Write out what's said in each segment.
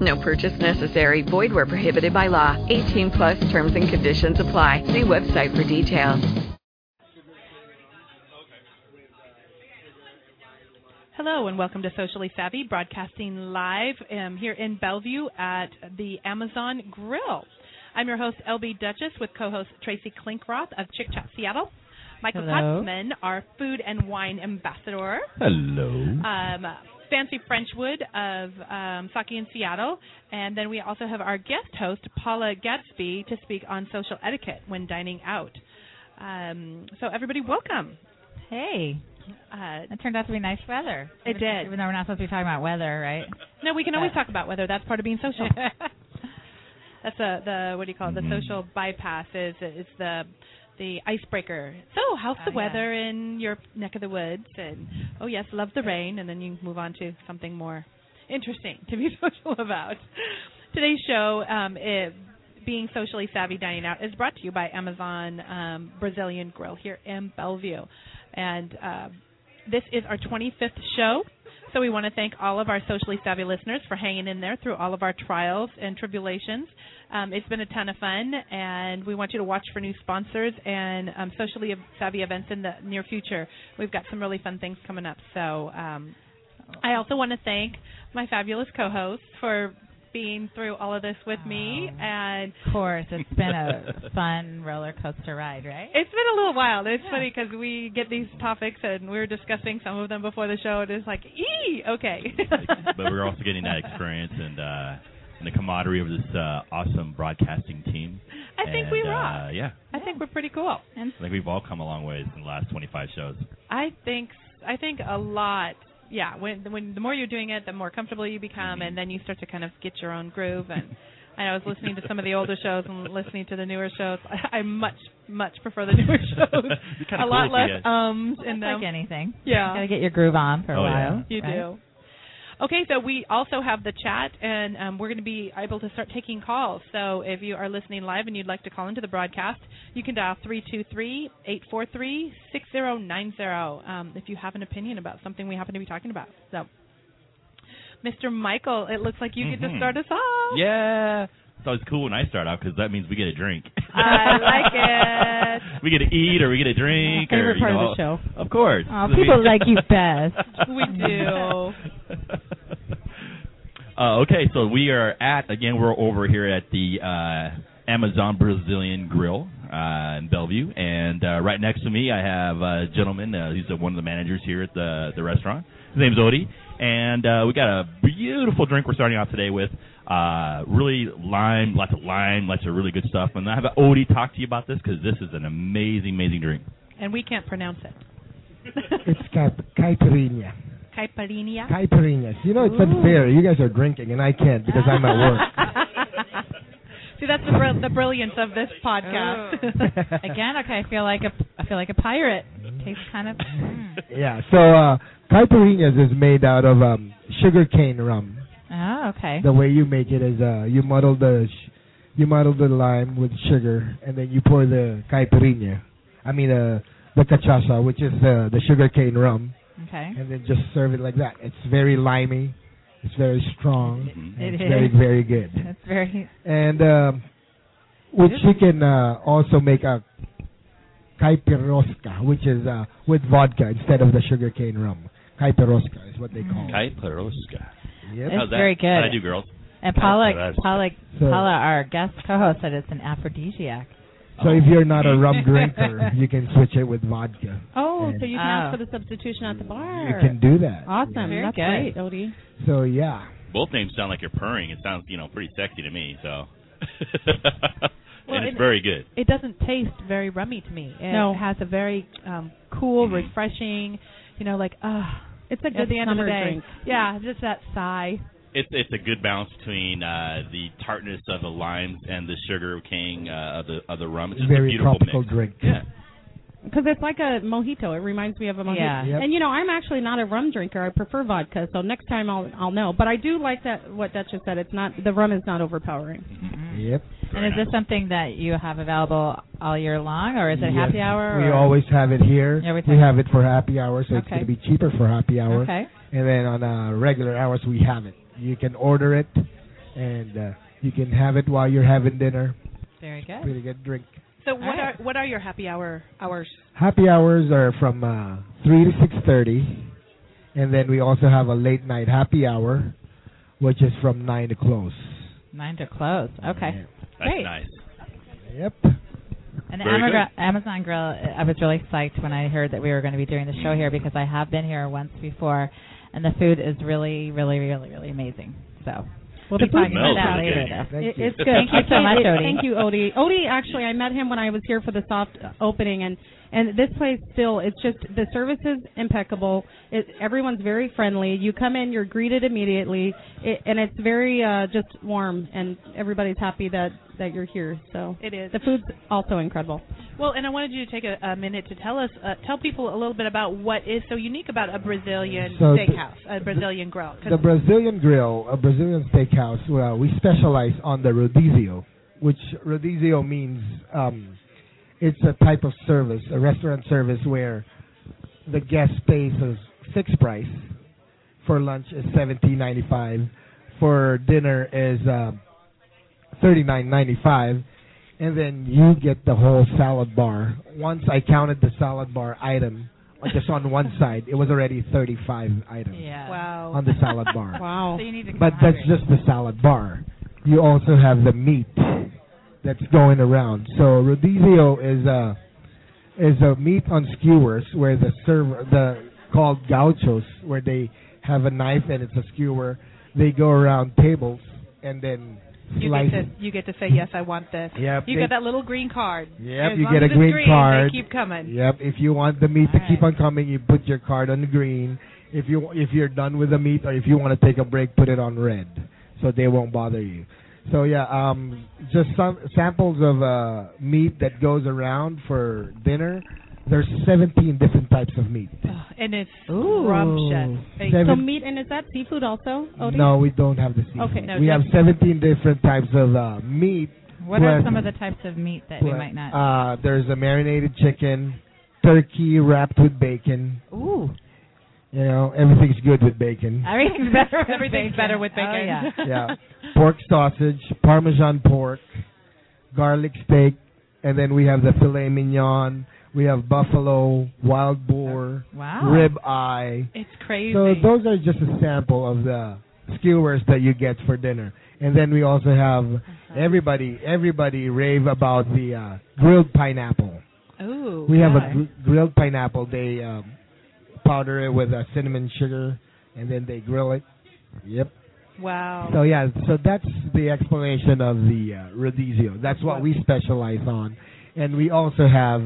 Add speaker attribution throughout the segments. Speaker 1: No purchase necessary. Void where prohibited by law. 18 plus terms and conditions apply. See website for details.
Speaker 2: Hello and welcome to Socially Savvy, broadcasting live um, here in Bellevue at the Amazon Grill. I'm your host, LB Duchess, with co host Tracy Klinkroth of Chick Chat Seattle. Michael
Speaker 3: Hello.
Speaker 2: Kotzman, our food and wine ambassador.
Speaker 3: Hello.
Speaker 2: Um, Fancy Frenchwood of um, Saki in Seattle. And then we also have our guest host, Paula Gadsby, to speak on social etiquette when dining out. Um, so, everybody, welcome.
Speaker 4: Hey,
Speaker 2: Uh,
Speaker 4: that turned out to be nice weather.
Speaker 2: It did.
Speaker 4: Even though we're not supposed to be talking about weather, right?
Speaker 2: No, we can always talk about weather. That's part of being social. That's a, the what do you call it? The
Speaker 3: Mhm.
Speaker 2: social bypass is is the the icebreaker. So, how's
Speaker 4: Oh,
Speaker 2: the
Speaker 4: yeah.
Speaker 2: weather in your neck of the woods? And oh yes, love the rain. And then you move on to something more interesting to be social about. Today's show, um, it, being socially savvy dining out, is brought to you by Amazon um, Brazilian Grill here in Bellevue, and uh, this is our 25th show. So we want to thank all of our socially savvy listeners for hanging in there through all of our trials and tribulations. Um, it's been a ton of fun, and we want you to watch for new sponsors and um, socially savvy events in the near future. We've got some really fun things coming up. So um, I also want to thank my fabulous co-host for being through all of this with me,
Speaker 4: Um,
Speaker 2: and
Speaker 4: Of course, it's been a fun roller coaster ride, right?
Speaker 2: it's been a little while. It's
Speaker 4: Yeah.
Speaker 2: funny 'cause funny because we get these topics and we were discussing some of them before the show, and it's like, ee, okay.
Speaker 5: but we're also getting that experience and uh, and the camaraderie of this uh, awesome broadcasting team.
Speaker 2: I think we
Speaker 5: And,
Speaker 2: rock.
Speaker 5: Uh, yeah,
Speaker 2: I think we're pretty cool.
Speaker 4: And
Speaker 5: I think we've all come a long ways in the last 25 shows.
Speaker 2: I think I think a lot. Yeah, when when the more you're doing it, the more comfortable you become,
Speaker 5: Mm-hmm.
Speaker 2: and then you start to kind of get your own groove. And and I was listening to some of the older shows and listening to the newer shows. I much much prefer the newer shows. a
Speaker 5: You're kinda cool
Speaker 2: lot
Speaker 5: if you
Speaker 2: less
Speaker 5: guys-
Speaker 2: ums in
Speaker 4: it's
Speaker 2: them.
Speaker 4: like anything.
Speaker 2: um, yeah,
Speaker 4: You gotta get your groove on for a
Speaker 5: Oh, yeah.
Speaker 4: while.
Speaker 2: you
Speaker 4: right?
Speaker 2: do. Okay, so we also have the chat, and um, we're going to be able to start taking calls. So if you are listening live and you'd like to call into the broadcast, you can dial 323 843 6090 um, if you have an opinion about something we happen to be talking about. So, Mr. Michael, it looks like you get to
Speaker 5: Mhm.
Speaker 2: start us off.
Speaker 5: Yeah, it's always cool when I start out because that means we get a drink.
Speaker 2: I like it.
Speaker 5: we get to eat or we get a drink.
Speaker 4: Favorite
Speaker 5: or,
Speaker 4: part
Speaker 5: you
Speaker 4: of
Speaker 5: know,
Speaker 4: the show.
Speaker 5: Of course.
Speaker 4: Aw, people like you best.
Speaker 2: We do.
Speaker 5: Uh, okay, so we are at again. We're over here at the uh, Amazon Brazilian Grill uh, in Bellevue, and uh, right next to me I have a gentleman. Uh, he's uh, one of the managers here at the the restaurant. His name's Odie, and uh, we got a beautiful drink we're starting off today with. Uh, really lime, lots of lime, lots of really good stuff. And I have Odie talk to you about this because this is an amazing, amazing drink.
Speaker 2: And we can't pronounce it.
Speaker 6: It's cap- caipirinha.
Speaker 2: Caipirinha.
Speaker 6: Caipirinha. You know, it's unfair. You guys are drinking, and I can't because I'm at work.
Speaker 2: See, that's the, br- the brilliance of this podcast.
Speaker 4: Oh. Again, okay. I feel like a I feel like a pirate. Tastes kind of. Mm.
Speaker 6: yeah, so uh, caipirinhas is made out of um, sugar cane rum.
Speaker 4: Oh, okay.
Speaker 6: The way you make it is uh, you muddle the sh- you muddle the lime with sugar, and then you pour the caipirinha. I mean, uh, the cachaça, which is uh, the sugar cane rum,
Speaker 4: Okay.
Speaker 6: and then just serve it like that. It's very limey. It's very strong. and
Speaker 4: It
Speaker 6: Mm-hmm. it's
Speaker 4: is.
Speaker 6: very very good.
Speaker 4: That's very.
Speaker 6: And um, with chicken, uh, also make a caipiroska, which is uh, with vodka instead of the sugarcane rum. Caipiroska is what they call it.
Speaker 5: Caipiroska.
Speaker 6: Yep.
Speaker 4: It's very good.
Speaker 5: How'd I do, girls?
Speaker 4: And Paula,
Speaker 5: That's-
Speaker 4: Paula,
Speaker 6: So-
Speaker 4: Paula, our guest co-host said it's an aphrodisiac.
Speaker 6: So if you're not a rum drinker, you can switch it with vodka.
Speaker 2: Oh,
Speaker 6: And
Speaker 2: so you can
Speaker 4: Oh.
Speaker 2: ask for the substitution at the
Speaker 6: You
Speaker 2: bar.
Speaker 6: can do that.
Speaker 2: awesome.
Speaker 4: Very
Speaker 2: That's
Speaker 4: good.
Speaker 2: great, Odie.
Speaker 6: So yeah.
Speaker 5: both names sound like you're purring. It sounds, you know, pretty sexy to me. So,
Speaker 2: Well,
Speaker 5: and it's
Speaker 2: it-
Speaker 5: very good.
Speaker 2: It doesn't taste very rummy to me. It
Speaker 4: No.
Speaker 2: has a very um cool,
Speaker 5: Mhm.
Speaker 2: refreshing, you know, like ah.
Speaker 4: It's a
Speaker 2: at the end of the
Speaker 4: summer
Speaker 2: day.
Speaker 4: drink.
Speaker 2: Yeah, just that sigh.
Speaker 5: It's it's a good balance between uh, the tartness of the limes and the sugar cane uh, of the of the rum. It's just a
Speaker 6: Very
Speaker 5: beautiful
Speaker 6: tropical
Speaker 5: mix.
Speaker 6: drink.
Speaker 5: Yeah,
Speaker 3: Because it's like a mojito. It reminds me of a mojito.
Speaker 4: Yeah.
Speaker 6: Yep.
Speaker 3: And you know, I'm actually not a rum drinker. I prefer vodka. So next time I'll I'll know. But I do like that what Dutch just said. It's not the rum is not overpowering.
Speaker 6: Yep.
Speaker 4: And is this something that you have available all year long, or is it
Speaker 6: Yes.
Speaker 4: happy hour?
Speaker 6: We
Speaker 4: or?
Speaker 6: always have it here.
Speaker 4: Every
Speaker 6: We
Speaker 4: time.
Speaker 6: have it for happy hour, so it's
Speaker 4: Okay.
Speaker 6: going to be cheaper for happy hour.
Speaker 4: Okay.
Speaker 6: And then on uh, regular hours, we have it. You can order it, and uh, you can have it while you're having dinner.
Speaker 4: Very good.
Speaker 6: Pretty good drink.
Speaker 2: So what
Speaker 4: right.
Speaker 2: are what are your happy hour hours?
Speaker 6: Happy hours are from uh, three to six thirty, and then we also have a late night happy hour, which is from nine to close.
Speaker 4: Nine to close. Okay.
Speaker 5: That's
Speaker 4: Great.
Speaker 5: nice.
Speaker 6: Yep.
Speaker 4: And the
Speaker 5: Very good.
Speaker 4: Amagra- Amazon Grill, I was really psyched when I heard that we were going to be doing the show here because I have been here once before, and the food is really, really, really, really amazing. So we'll be
Speaker 3: The food
Speaker 4: talking about
Speaker 5: smells
Speaker 4: that
Speaker 5: really
Speaker 4: later.
Speaker 5: good.
Speaker 4: though.
Speaker 6: Thank
Speaker 3: It-
Speaker 6: you.
Speaker 3: It's good.
Speaker 4: Thank you so
Speaker 3: Actually,
Speaker 4: much,
Speaker 3: it-
Speaker 4: Odie.
Speaker 3: Thank you, Odie. Odie, actually, I met him when I was here for the soft opening, and and this place still, it's just the service is impeccable. It, everyone's very friendly. You come in, you're greeted immediately, it, and it's very uh, just warm, and everybody's happy that that you're here. So
Speaker 2: It is.
Speaker 3: the food's also incredible.
Speaker 2: Well, and I wanted you to take a, a minute to tell us, uh, tell people a little bit about what is so unique about a Brazilian
Speaker 6: So the-
Speaker 2: steakhouse, a Brazilian grill. 'Cause-
Speaker 6: The Brazilian Grill, a Brazilian steakhouse, well, we specialize on the rodizio, which rodizio means um, it's a type of service, a restaurant service where the guest pays a fixed price. For lunch is seventeen ninety five, for dinner is um, thirty nine ninety five, and then you get the whole salad bar. Once I counted the salad bar item, like just on one side, it was already thirty five items
Speaker 4: Yeah.
Speaker 2: wow.
Speaker 6: on the salad bar.
Speaker 3: Wow.
Speaker 4: So you need to come
Speaker 6: But that's
Speaker 4: hungry.
Speaker 6: just the salad bar. You also have the meat that's going around. So rodizio is a is a meat on skewers where the server the called gauchos where they have a knife and it's a skewer. They go around tables and then
Speaker 2: you
Speaker 6: slice.
Speaker 2: get to you get to say yes, I want this.
Speaker 6: Yep,
Speaker 2: You
Speaker 6: they-
Speaker 2: got that little green card.
Speaker 6: Yep,
Speaker 2: As
Speaker 6: you
Speaker 2: long
Speaker 6: get
Speaker 2: as
Speaker 6: a
Speaker 2: it's
Speaker 6: green
Speaker 2: green,
Speaker 6: card.
Speaker 2: They keep coming.
Speaker 6: Yep, if you want the meat to
Speaker 4: All
Speaker 6: keep
Speaker 4: right.
Speaker 6: on coming, you put your card on green. If you if you're done with the meat or if you want to take a break, put it on red, so they won't bother you. So yeah, um, just some samples of uh, meat that goes around for dinner. There's 17 different tyes of meat.
Speaker 2: Oh, and it's
Speaker 4: Ooh.
Speaker 2: scrumptious. They-
Speaker 6: Seven-
Speaker 3: So meat, and is that seafood also, Odie?
Speaker 6: No, we don't have the seafood.
Speaker 3: Okay,
Speaker 2: no,
Speaker 6: we have
Speaker 2: just-
Speaker 6: 17 different types of uh, meat.
Speaker 4: What are
Speaker 6: But-
Speaker 4: some of the types of meat that we
Speaker 6: But,
Speaker 4: might not?
Speaker 6: Uh, there's a marinated chicken, turkey wrapped with bacon.
Speaker 4: Ooh,
Speaker 6: You know, everything's good with bacon.
Speaker 4: everything's better. With
Speaker 2: Everything's
Speaker 4: bacon.
Speaker 2: better with bacon.
Speaker 4: Oh, yeah.
Speaker 6: yeah. Pork sausage, parmesan pork, garlic steak, and then we have the filet mignon, we have buffalo, wild boar,
Speaker 4: Uh, Wow.
Speaker 6: rib eye.
Speaker 2: It's crazy.
Speaker 6: So those are just a sample of the skewers that you get for dinner. And then we also have
Speaker 4: Uh-huh.
Speaker 6: everybody everybody rave about the uh, grilled pineapple.
Speaker 2: Ooh.
Speaker 6: We have a
Speaker 4: Okay.
Speaker 6: gr- grilled pineapple. They um, powder it with uh, cinnamon sugar, and then they grill it. Yep.
Speaker 2: wow.
Speaker 6: So yeah, so that's the explanation of the uh, rodizio. That's what we specialize on, and we also have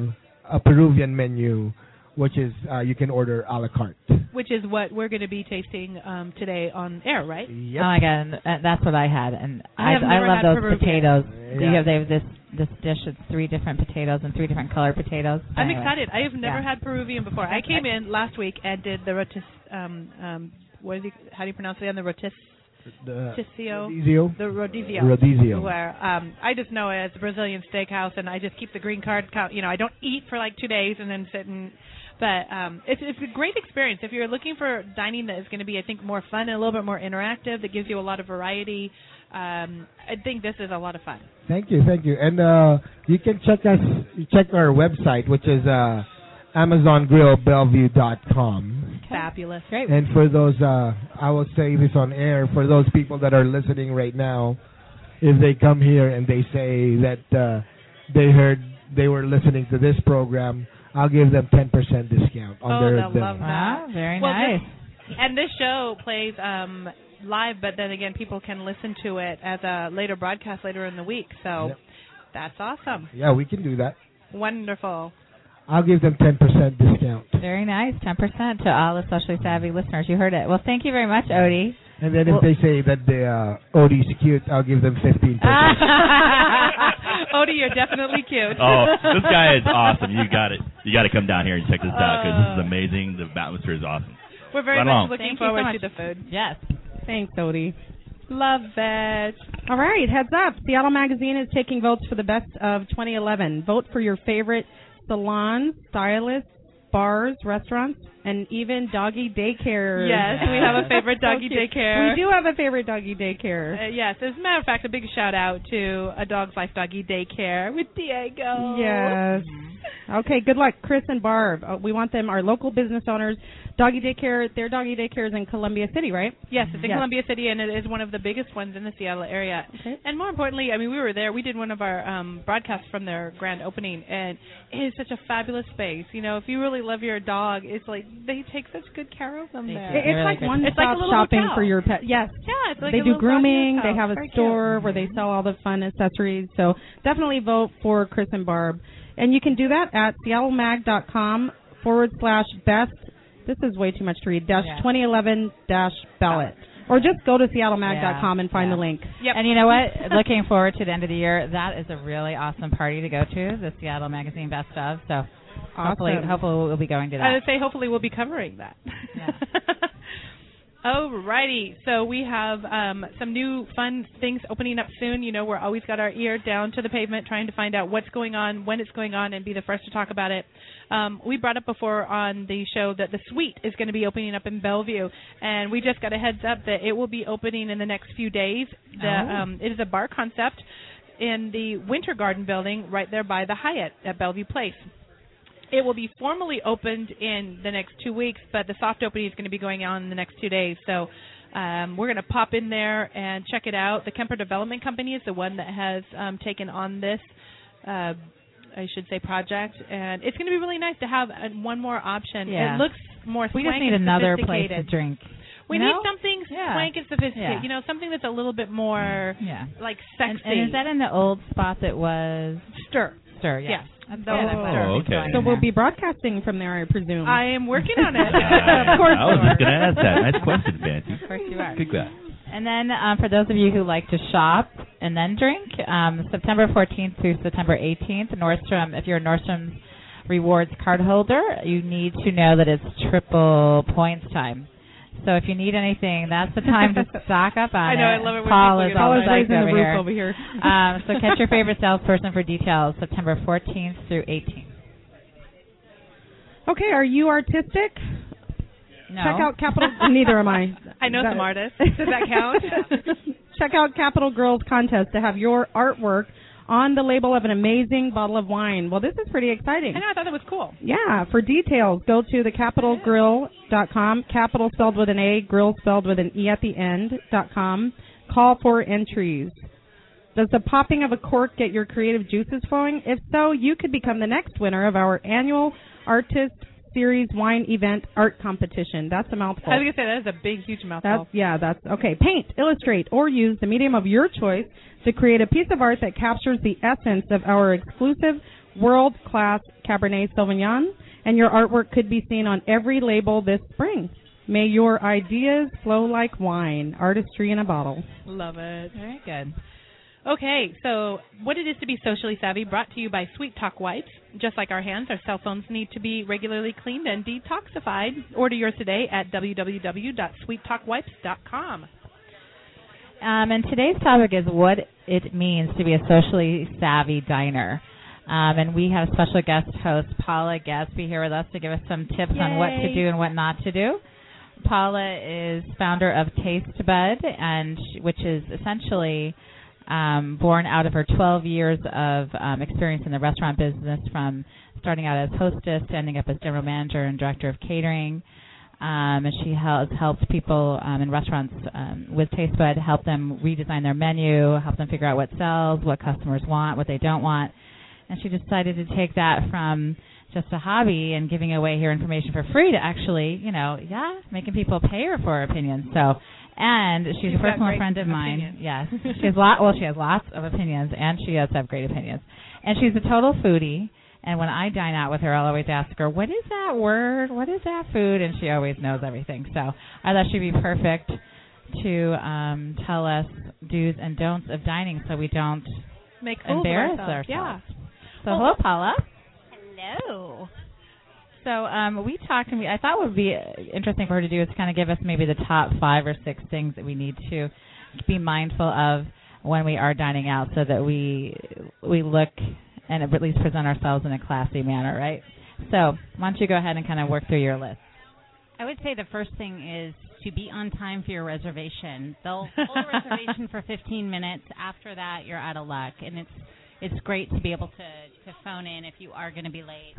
Speaker 6: a Peruvian menu, which is uh, you can order a la carte.
Speaker 2: Which is what we're going to be tasting um, today on air, right?
Speaker 4: Oh
Speaker 6: Yep.
Speaker 4: my god, and th- that's what I had, and
Speaker 2: I
Speaker 4: I
Speaker 2: have
Speaker 4: I
Speaker 2: never
Speaker 4: love
Speaker 2: had
Speaker 4: those
Speaker 2: Peruvian.
Speaker 4: potatoes.
Speaker 6: Yeah.
Speaker 4: You have they have this this dish. It's three different potatoes and three different colored potatoes.
Speaker 2: I'm
Speaker 4: Anyway.
Speaker 2: excited. I have never
Speaker 4: Yeah.
Speaker 2: had Peruvian before. I came in last week and did the rotis. Um, um, what is it? How do you pronounce it? On the rotis.
Speaker 6: The
Speaker 2: Rotisio.
Speaker 6: rodizio.
Speaker 2: The Rodizio.
Speaker 6: Rodizio.
Speaker 2: Where um, I just know it as the Brazilian steakhouse, and I just keep the green card count. You know, I don't eat for like two days and then sit and. But um, it's it's a great experience if you're looking for dining that is going to be, I think, more fun and a little bit more interactive. That gives you a lot of variety. Um, I think this is a lot of fun.
Speaker 6: Thank you, thank you, and uh, you can check us check our website, which is uh, AmazonGrillBellevue.com.
Speaker 2: Fabulous.
Speaker 4: Great.
Speaker 6: And for those, uh, I will say this on air for those people that are listening right now, if they come here and they say that uh, they heard they were listening to this program, I'll give them 10% discount on
Speaker 2: Oh,
Speaker 6: their
Speaker 2: they'll
Speaker 6: bill.
Speaker 2: love that.
Speaker 4: Wow, very
Speaker 2: Well,
Speaker 4: nice.
Speaker 2: This, and this show plays um, live, but then again, people can listen to it as a later broadcast later in the week. So
Speaker 6: Yep.
Speaker 2: that's awesome.
Speaker 6: Yeah, we can do that.
Speaker 2: Wonderful.
Speaker 6: I'll give them 10% discount.
Speaker 4: Very nice. Ten percent to all the socially savvy listeners. You heard it. Well, thank you very much, Odie.
Speaker 6: And then if
Speaker 4: Well-
Speaker 6: they say that the uh, OD's cute, I'll give them 15%.
Speaker 2: Odie, you're definitely cute.
Speaker 5: Oh, this guy is awesome. You got it. You got to come down here and check this out because
Speaker 2: Oh.
Speaker 5: this is amazing. The atmosphere is awesome.
Speaker 2: We're very
Speaker 5: Right
Speaker 2: much
Speaker 5: on.
Speaker 2: looking
Speaker 4: Thank you so
Speaker 2: forward
Speaker 4: much.
Speaker 2: to the food.
Speaker 4: Yes.
Speaker 3: Thanks, Odie.
Speaker 2: Love it.
Speaker 3: All right, heads up. Seattle Magazine is taking votes for the best of 2011. Vote for your favorite salons, stylists, bars, restaurants, and even doggy daycare.
Speaker 2: Yes, we have a favorite doggy daycare.
Speaker 3: We do have a favorite doggy daycare.
Speaker 2: Uh, yes, as a matter of fact, a big shout out to a dog's life doggy daycare with Diego.
Speaker 3: Yes. Okay, good luck, Chris and Barb. Uh, we want them, our local business owners. Doggy daycare, their doggy daycare is in Columbia City, right?
Speaker 2: Yes, it's in
Speaker 3: Yes.
Speaker 2: Columbia City, and it is one of the biggest ones in the Seattle area.
Speaker 3: Okay.
Speaker 2: And more importantly, I mean, we were there. We did one of our um, broadcasts from their grand opening, and it is such a fabulous space. You know, if you really love your dog, it's like they take such good care of them
Speaker 4: They
Speaker 2: there.
Speaker 4: do.
Speaker 3: It-
Speaker 4: Really
Speaker 3: It's like
Speaker 4: good.
Speaker 3: one
Speaker 2: It's like a
Speaker 3: stop
Speaker 2: little
Speaker 3: shopping
Speaker 2: hotel.
Speaker 3: for your pet. Yes.
Speaker 2: Yeah, it's like
Speaker 3: they
Speaker 2: a
Speaker 3: do
Speaker 2: little doggy
Speaker 3: grooming. They
Speaker 2: hotel.
Speaker 3: have a
Speaker 2: Very cute.
Speaker 3: store where they sell all the fun accessories. So definitely vote for Chris and Barb. And you can do that at seattlemag.com forward slash best. This is way too much to read. Dash
Speaker 4: Yeah.
Speaker 3: 2011 dash ballot. Or just go to seattlemag.com and find
Speaker 4: Yeah.
Speaker 3: the link.
Speaker 2: Yep.
Speaker 4: And you know what? Looking forward to the end of the year. That is a really awesome party to go to, the Seattle Magazine Best of. So hopefully,
Speaker 3: Awesome.
Speaker 4: hopefully we'll be going to
Speaker 2: I
Speaker 4: that.
Speaker 2: would say hopefully we'll be covering that.
Speaker 4: Yeah.
Speaker 2: Alrighty, so we have um, some new fun things opening up soon. You know, we're always got our ear down to the pavement, trying to find out what's going on, when it's going on, and be the first to talk about it. Um, we brought up before on the show that the suite is going to be opening up in Bellevue, and we just got a heads up that it will be opening in the next few days. The,
Speaker 4: Oh.
Speaker 2: um, it is a bar concept in the Winter Garden building right there by the Hyatt at Bellevue Place. It will be formally opened in the next two weeks, but the soft opening is going to be going on in the next two days. So um, we're going to pop in there and check it out. The Kemper Development Company is the one that has um, taken on this. Uh, I should say project, and it's going to be really nice to have uh, one more option.
Speaker 4: Yeah.
Speaker 2: It looks more
Speaker 4: we just
Speaker 2: swank
Speaker 4: need
Speaker 2: and
Speaker 4: another place to
Speaker 2: sophisticated.
Speaker 4: drink.
Speaker 2: We
Speaker 4: you
Speaker 2: need
Speaker 4: know?
Speaker 2: something
Speaker 4: Yeah.
Speaker 2: swank and sophisticated.
Speaker 4: Yeah.
Speaker 2: You know, something that's a little bit more
Speaker 4: Yeah.
Speaker 2: like
Speaker 4: And,
Speaker 2: sexy.
Speaker 4: and is that in the old spot that was
Speaker 2: stir?
Speaker 4: Stir? Yeah.
Speaker 2: Yes. The
Speaker 4: That's good.
Speaker 2: old
Speaker 4: I'm glad
Speaker 5: Stir.
Speaker 4: we're
Speaker 5: Oh, okay.
Speaker 4: going
Speaker 3: So
Speaker 4: in
Speaker 3: we'll
Speaker 4: there.
Speaker 3: be broadcasting from there, I presume.
Speaker 2: I am working on it.
Speaker 5: Uh,
Speaker 3: Of course
Speaker 5: I was
Speaker 3: you
Speaker 5: just
Speaker 3: are.
Speaker 5: going to ask that. Nice question, Fancy.
Speaker 4: Of course you are.
Speaker 5: Good guy.
Speaker 4: And then um, for those of you who like to shop and then drink, um, September 14th through September 18th, Nordstrom, if you're a Nordstrom's rewards card holder, you need to know that it's triple points time. So if you need anything, that's the time to stock up on
Speaker 2: I
Speaker 4: it.
Speaker 2: know, I love it when
Speaker 4: Paul
Speaker 2: people
Speaker 4: is
Speaker 2: get
Speaker 4: all
Speaker 2: all
Speaker 3: Always
Speaker 4: psyched
Speaker 3: raising the
Speaker 4: over
Speaker 3: roof
Speaker 4: here.
Speaker 3: over here.
Speaker 4: Um, so catch your favorite salesperson for details September 14th through 18th.
Speaker 3: Okay, are you artistic?
Speaker 4: No.
Speaker 3: Check out Capital. Neither am I.
Speaker 2: I know
Speaker 3: That-
Speaker 2: some artists. Does that count?
Speaker 3: Check out Capital Girls Contest to have your artwork on the label of an amazing bottle of wine. Well, this is pretty exciting.
Speaker 2: I know. I thought that was cool.
Speaker 3: Yeah, for details, go to thecapitalgrill.com, capital spelled with an A, grill spelled with an E at the end, dot com. Call for entries. Does the popping of a cork get your creative juices flowing? If so, you could become the next winner of our annual Artist Series Wine Event Art Competition. That's a mouthful.
Speaker 2: I was gonna say that is a big, huge mouthful.
Speaker 3: That's yeah, that's okay. Paint, illustrate, or use the medium of your choice to create a piece of art that captures the essence of our exclusive world class Cabernet Sauvignon, and your artwork could be seen on every label this spring. May your ideas flow like wine, artistry in a bottle.
Speaker 2: Love it.
Speaker 4: Very good.
Speaker 2: Okay, so what it is to be socially savvy brought to you by Sweet Talk Wipes. Just like our hands, our cell phones need to be regularly cleaned and detoxified. Order yours today at www.sweettalkwipes.com.
Speaker 4: Um, and today's topic is what it means to be a socially savvy diner. Um, and we have special guest host Paula Gatsby here with us to give us some tips on what to
Speaker 2: Yay.
Speaker 4: do and what not to do. Paula is founder of Taste Bud, and sh- which is essentially um, born out of her 12 years of um, experience in the restaurant business, from starting out as hostess, ending up as general manager and director of catering. Um, and she has helped people um, in restaurants um, with Taste Bud, help them redesign their menu, help them figure out what sells, what customers want, what they don't want. And she decided to take that from just a hobby and giving away her information for free to actually, you know, yeah, making people pay her for her opinions. So, and she's,
Speaker 2: She's
Speaker 4: a
Speaker 2: got
Speaker 4: personal
Speaker 2: great
Speaker 4: friend of mine.
Speaker 2: opinions.
Speaker 4: Yes, she has lot. Well, she has lots of opinions, and she does have great opinions. And she's a total foodie. And when I dine out with her, I'll always ask her, "What is that word? What is that food?" And she always knows everything. So I thought she'd be perfect to um, tell us do's and don'ts of dining, so we don't
Speaker 2: make fools of
Speaker 7: embarrass
Speaker 2: ourselves. Yeah.
Speaker 7: So
Speaker 2: Well,
Speaker 7: hello, Paula.
Speaker 4: Hello.
Speaker 7: So um, we talked, and we, I thought what would be uh, interesting for her to do is kind of give us maybe the top five or six things that we need to be mindful of when we are dining out, so that we we look and at least present ourselves in a classy manner, right? So why don't you go ahead and kind of work through your list?
Speaker 4: I would say the first thing is to be on time for your reservation. They'll hold a reservation for 15 minutes. After that, you're out of luck, and it's it's great to be able to to phone in if you are going to be late,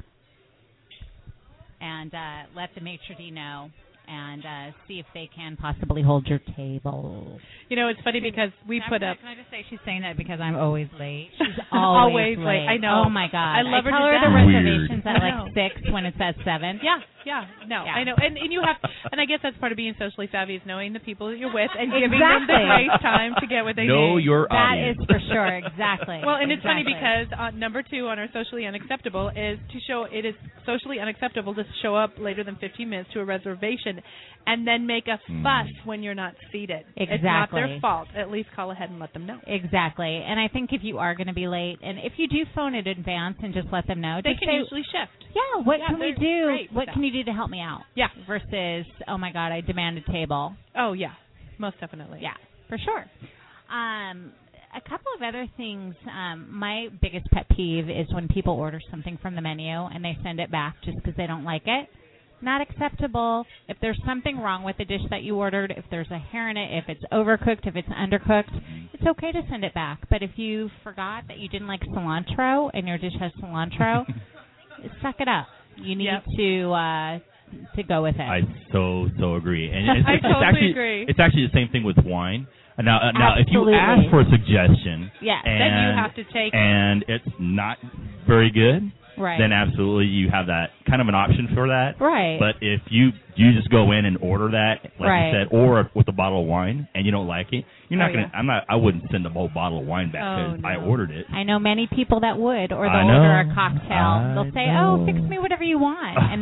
Speaker 4: and uh, let the maitre d' know and uh, see if they can possibly hold your table.
Speaker 2: You know, it's funny because we
Speaker 7: Can I-
Speaker 2: put
Speaker 7: can I-
Speaker 2: up.
Speaker 7: Can I just say she's saying that because I'm always late. She's
Speaker 2: Always
Speaker 7: always,
Speaker 2: late. I know.
Speaker 7: Oh my god.
Speaker 2: I love her
Speaker 7: tell her
Speaker 2: to
Speaker 7: the
Speaker 5: death. Weird.
Speaker 7: reservations at
Speaker 2: I
Speaker 7: like
Speaker 2: know.
Speaker 7: six when it's at seven.
Speaker 2: Yeah, yeah, no,
Speaker 7: Yeah.
Speaker 2: I know, and and you have, and I guess that's part of being socially savvy is knowing the people that you're with and giving them the
Speaker 7: Exactly.
Speaker 2: right time to get what they
Speaker 5: know
Speaker 2: need.
Speaker 5: your
Speaker 7: That is
Speaker 5: audience.
Speaker 7: for sure. Exactly.
Speaker 2: Well, and it's funny
Speaker 7: Exactly.
Speaker 2: because uh, number two on our socially unacceptable is to show it is socially unacceptable to show up later than 15 minutes to a reservation and then make a
Speaker 5: Hmm.
Speaker 2: fuss when you're not seated. It's not their
Speaker 4: Exactly.
Speaker 2: fault. At least call ahead and let them know.
Speaker 4: Exactly, and I think if you are going to be late, and if you do phone in advance and just let them know,
Speaker 2: They
Speaker 4: just
Speaker 2: can
Speaker 4: say,
Speaker 2: usually shift.
Speaker 4: Yeah, what
Speaker 2: Yeah,
Speaker 4: can we
Speaker 2: they're great
Speaker 4: do?
Speaker 2: with
Speaker 4: What
Speaker 2: that.
Speaker 4: can you do to help me out?
Speaker 2: Yeah.
Speaker 4: Versus, oh my God, I demand a table.
Speaker 2: Oh, yeah. Most definitely.
Speaker 4: Yeah, for sure. Um, a couple of other things. Um, my biggest pet peeve is when people order something from the menu and they send it back just because they don't like it. Not acceptable. If there's something wrong with the dish that you ordered, if there's a hair in it, if it's overcooked, if it's undercooked, it's okay to send it back. But if you forgot that you didn't like cilantro and your dish has cilantro, suck it up. You need
Speaker 2: Yep.
Speaker 4: to uh, to go with it.
Speaker 5: I so so agree, and it's,
Speaker 2: I
Speaker 5: it's
Speaker 2: totally
Speaker 5: actually
Speaker 2: agree.
Speaker 5: it's actually the same thing with wine. Uh, Now, uh, now if you ask
Speaker 4: Absolutely.
Speaker 5: for a suggestion,
Speaker 4: Yes,
Speaker 5: and,
Speaker 2: Then you have to take
Speaker 5: and it's not very good,
Speaker 4: right.
Speaker 5: then absolutely you have that kind of an option for that.
Speaker 4: right.
Speaker 5: But if you you just go in and order that, like
Speaker 4: Right.
Speaker 5: you said, or with a bottle of wine, and you don't like it, you're not
Speaker 2: Oh,
Speaker 5: gonna.
Speaker 2: yeah.
Speaker 5: I'm not. I wouldn't send the whole bottle of wine back
Speaker 2: Oh,
Speaker 5: because I
Speaker 2: no.
Speaker 5: ordered it.
Speaker 4: I know many people that would, or
Speaker 5: I
Speaker 4: they'll order
Speaker 5: know.
Speaker 4: a cocktail.
Speaker 5: I
Speaker 4: they'll say,
Speaker 5: know.
Speaker 4: "Oh, fix me whatever you want," and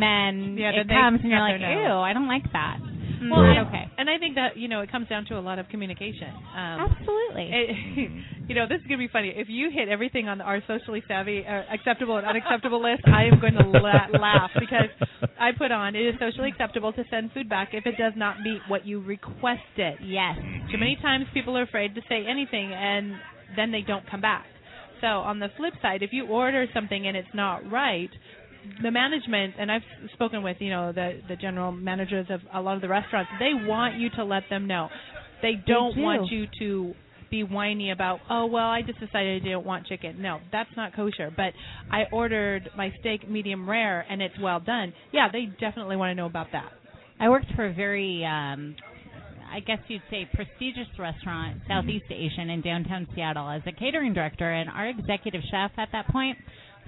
Speaker 4: then
Speaker 2: Yeah, then
Speaker 4: it
Speaker 2: they
Speaker 4: comes, and you're
Speaker 2: snap
Speaker 4: like,
Speaker 2: their nose.
Speaker 4: "Ew, I don't like that."
Speaker 2: Well,
Speaker 4: Well,
Speaker 5: Right.
Speaker 4: not okay,
Speaker 2: And I think that, you know, it comes down to a lot of communication. Um,
Speaker 4: absolutely.
Speaker 2: it, Eh, you know, this is going to be funny. If you hit everything on our socially savvy, uh, acceptable and unacceptable list, I am going to la- laugh because I put on it is socially acceptable to send food back if it does not meet what you requested.
Speaker 4: yes,
Speaker 2: Too many times people are afraid to say anything and then they don't come back. So on the flip side, if you order something and it's not right, the management and I've spoken with, you know, the the general managers of a lot of the restaurants, they want you to let them know. They don't
Speaker 4: do.
Speaker 2: want you to be whiny about, "Oh, well, I just decided I didn't want chicken." No, that's not kosher. But I ordered my steak medium rare and it's well done. Yeah, they definitely want to know about that.
Speaker 4: I worked for a very, um, I guess you'd say, prestigious restaurant,
Speaker 2: Mm-hmm.
Speaker 4: Southeast Asian, in downtown Seattle, as a catering director, and our executive chef at that point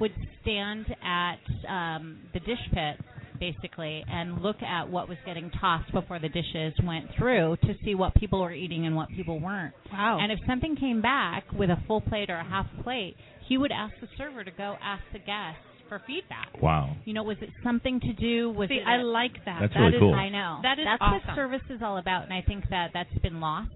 Speaker 4: would stand at um, the dish pit basically and look at what was getting tossed before the dishes went through to see what people were eating and what people weren't.
Speaker 2: Wow.
Speaker 4: And if something came back with a full plate or a half plate, he would ask the server to go ask the guest for feedback.
Speaker 5: Wow.
Speaker 4: You know, was it something to do with
Speaker 2: See,
Speaker 4: it
Speaker 2: I
Speaker 4: a-
Speaker 2: like that.
Speaker 5: That's
Speaker 2: That
Speaker 5: really
Speaker 2: is-
Speaker 5: cool.
Speaker 4: I know.
Speaker 2: That is
Speaker 4: That's
Speaker 2: awesome.
Speaker 4: what service is all about, and I think that that's been lost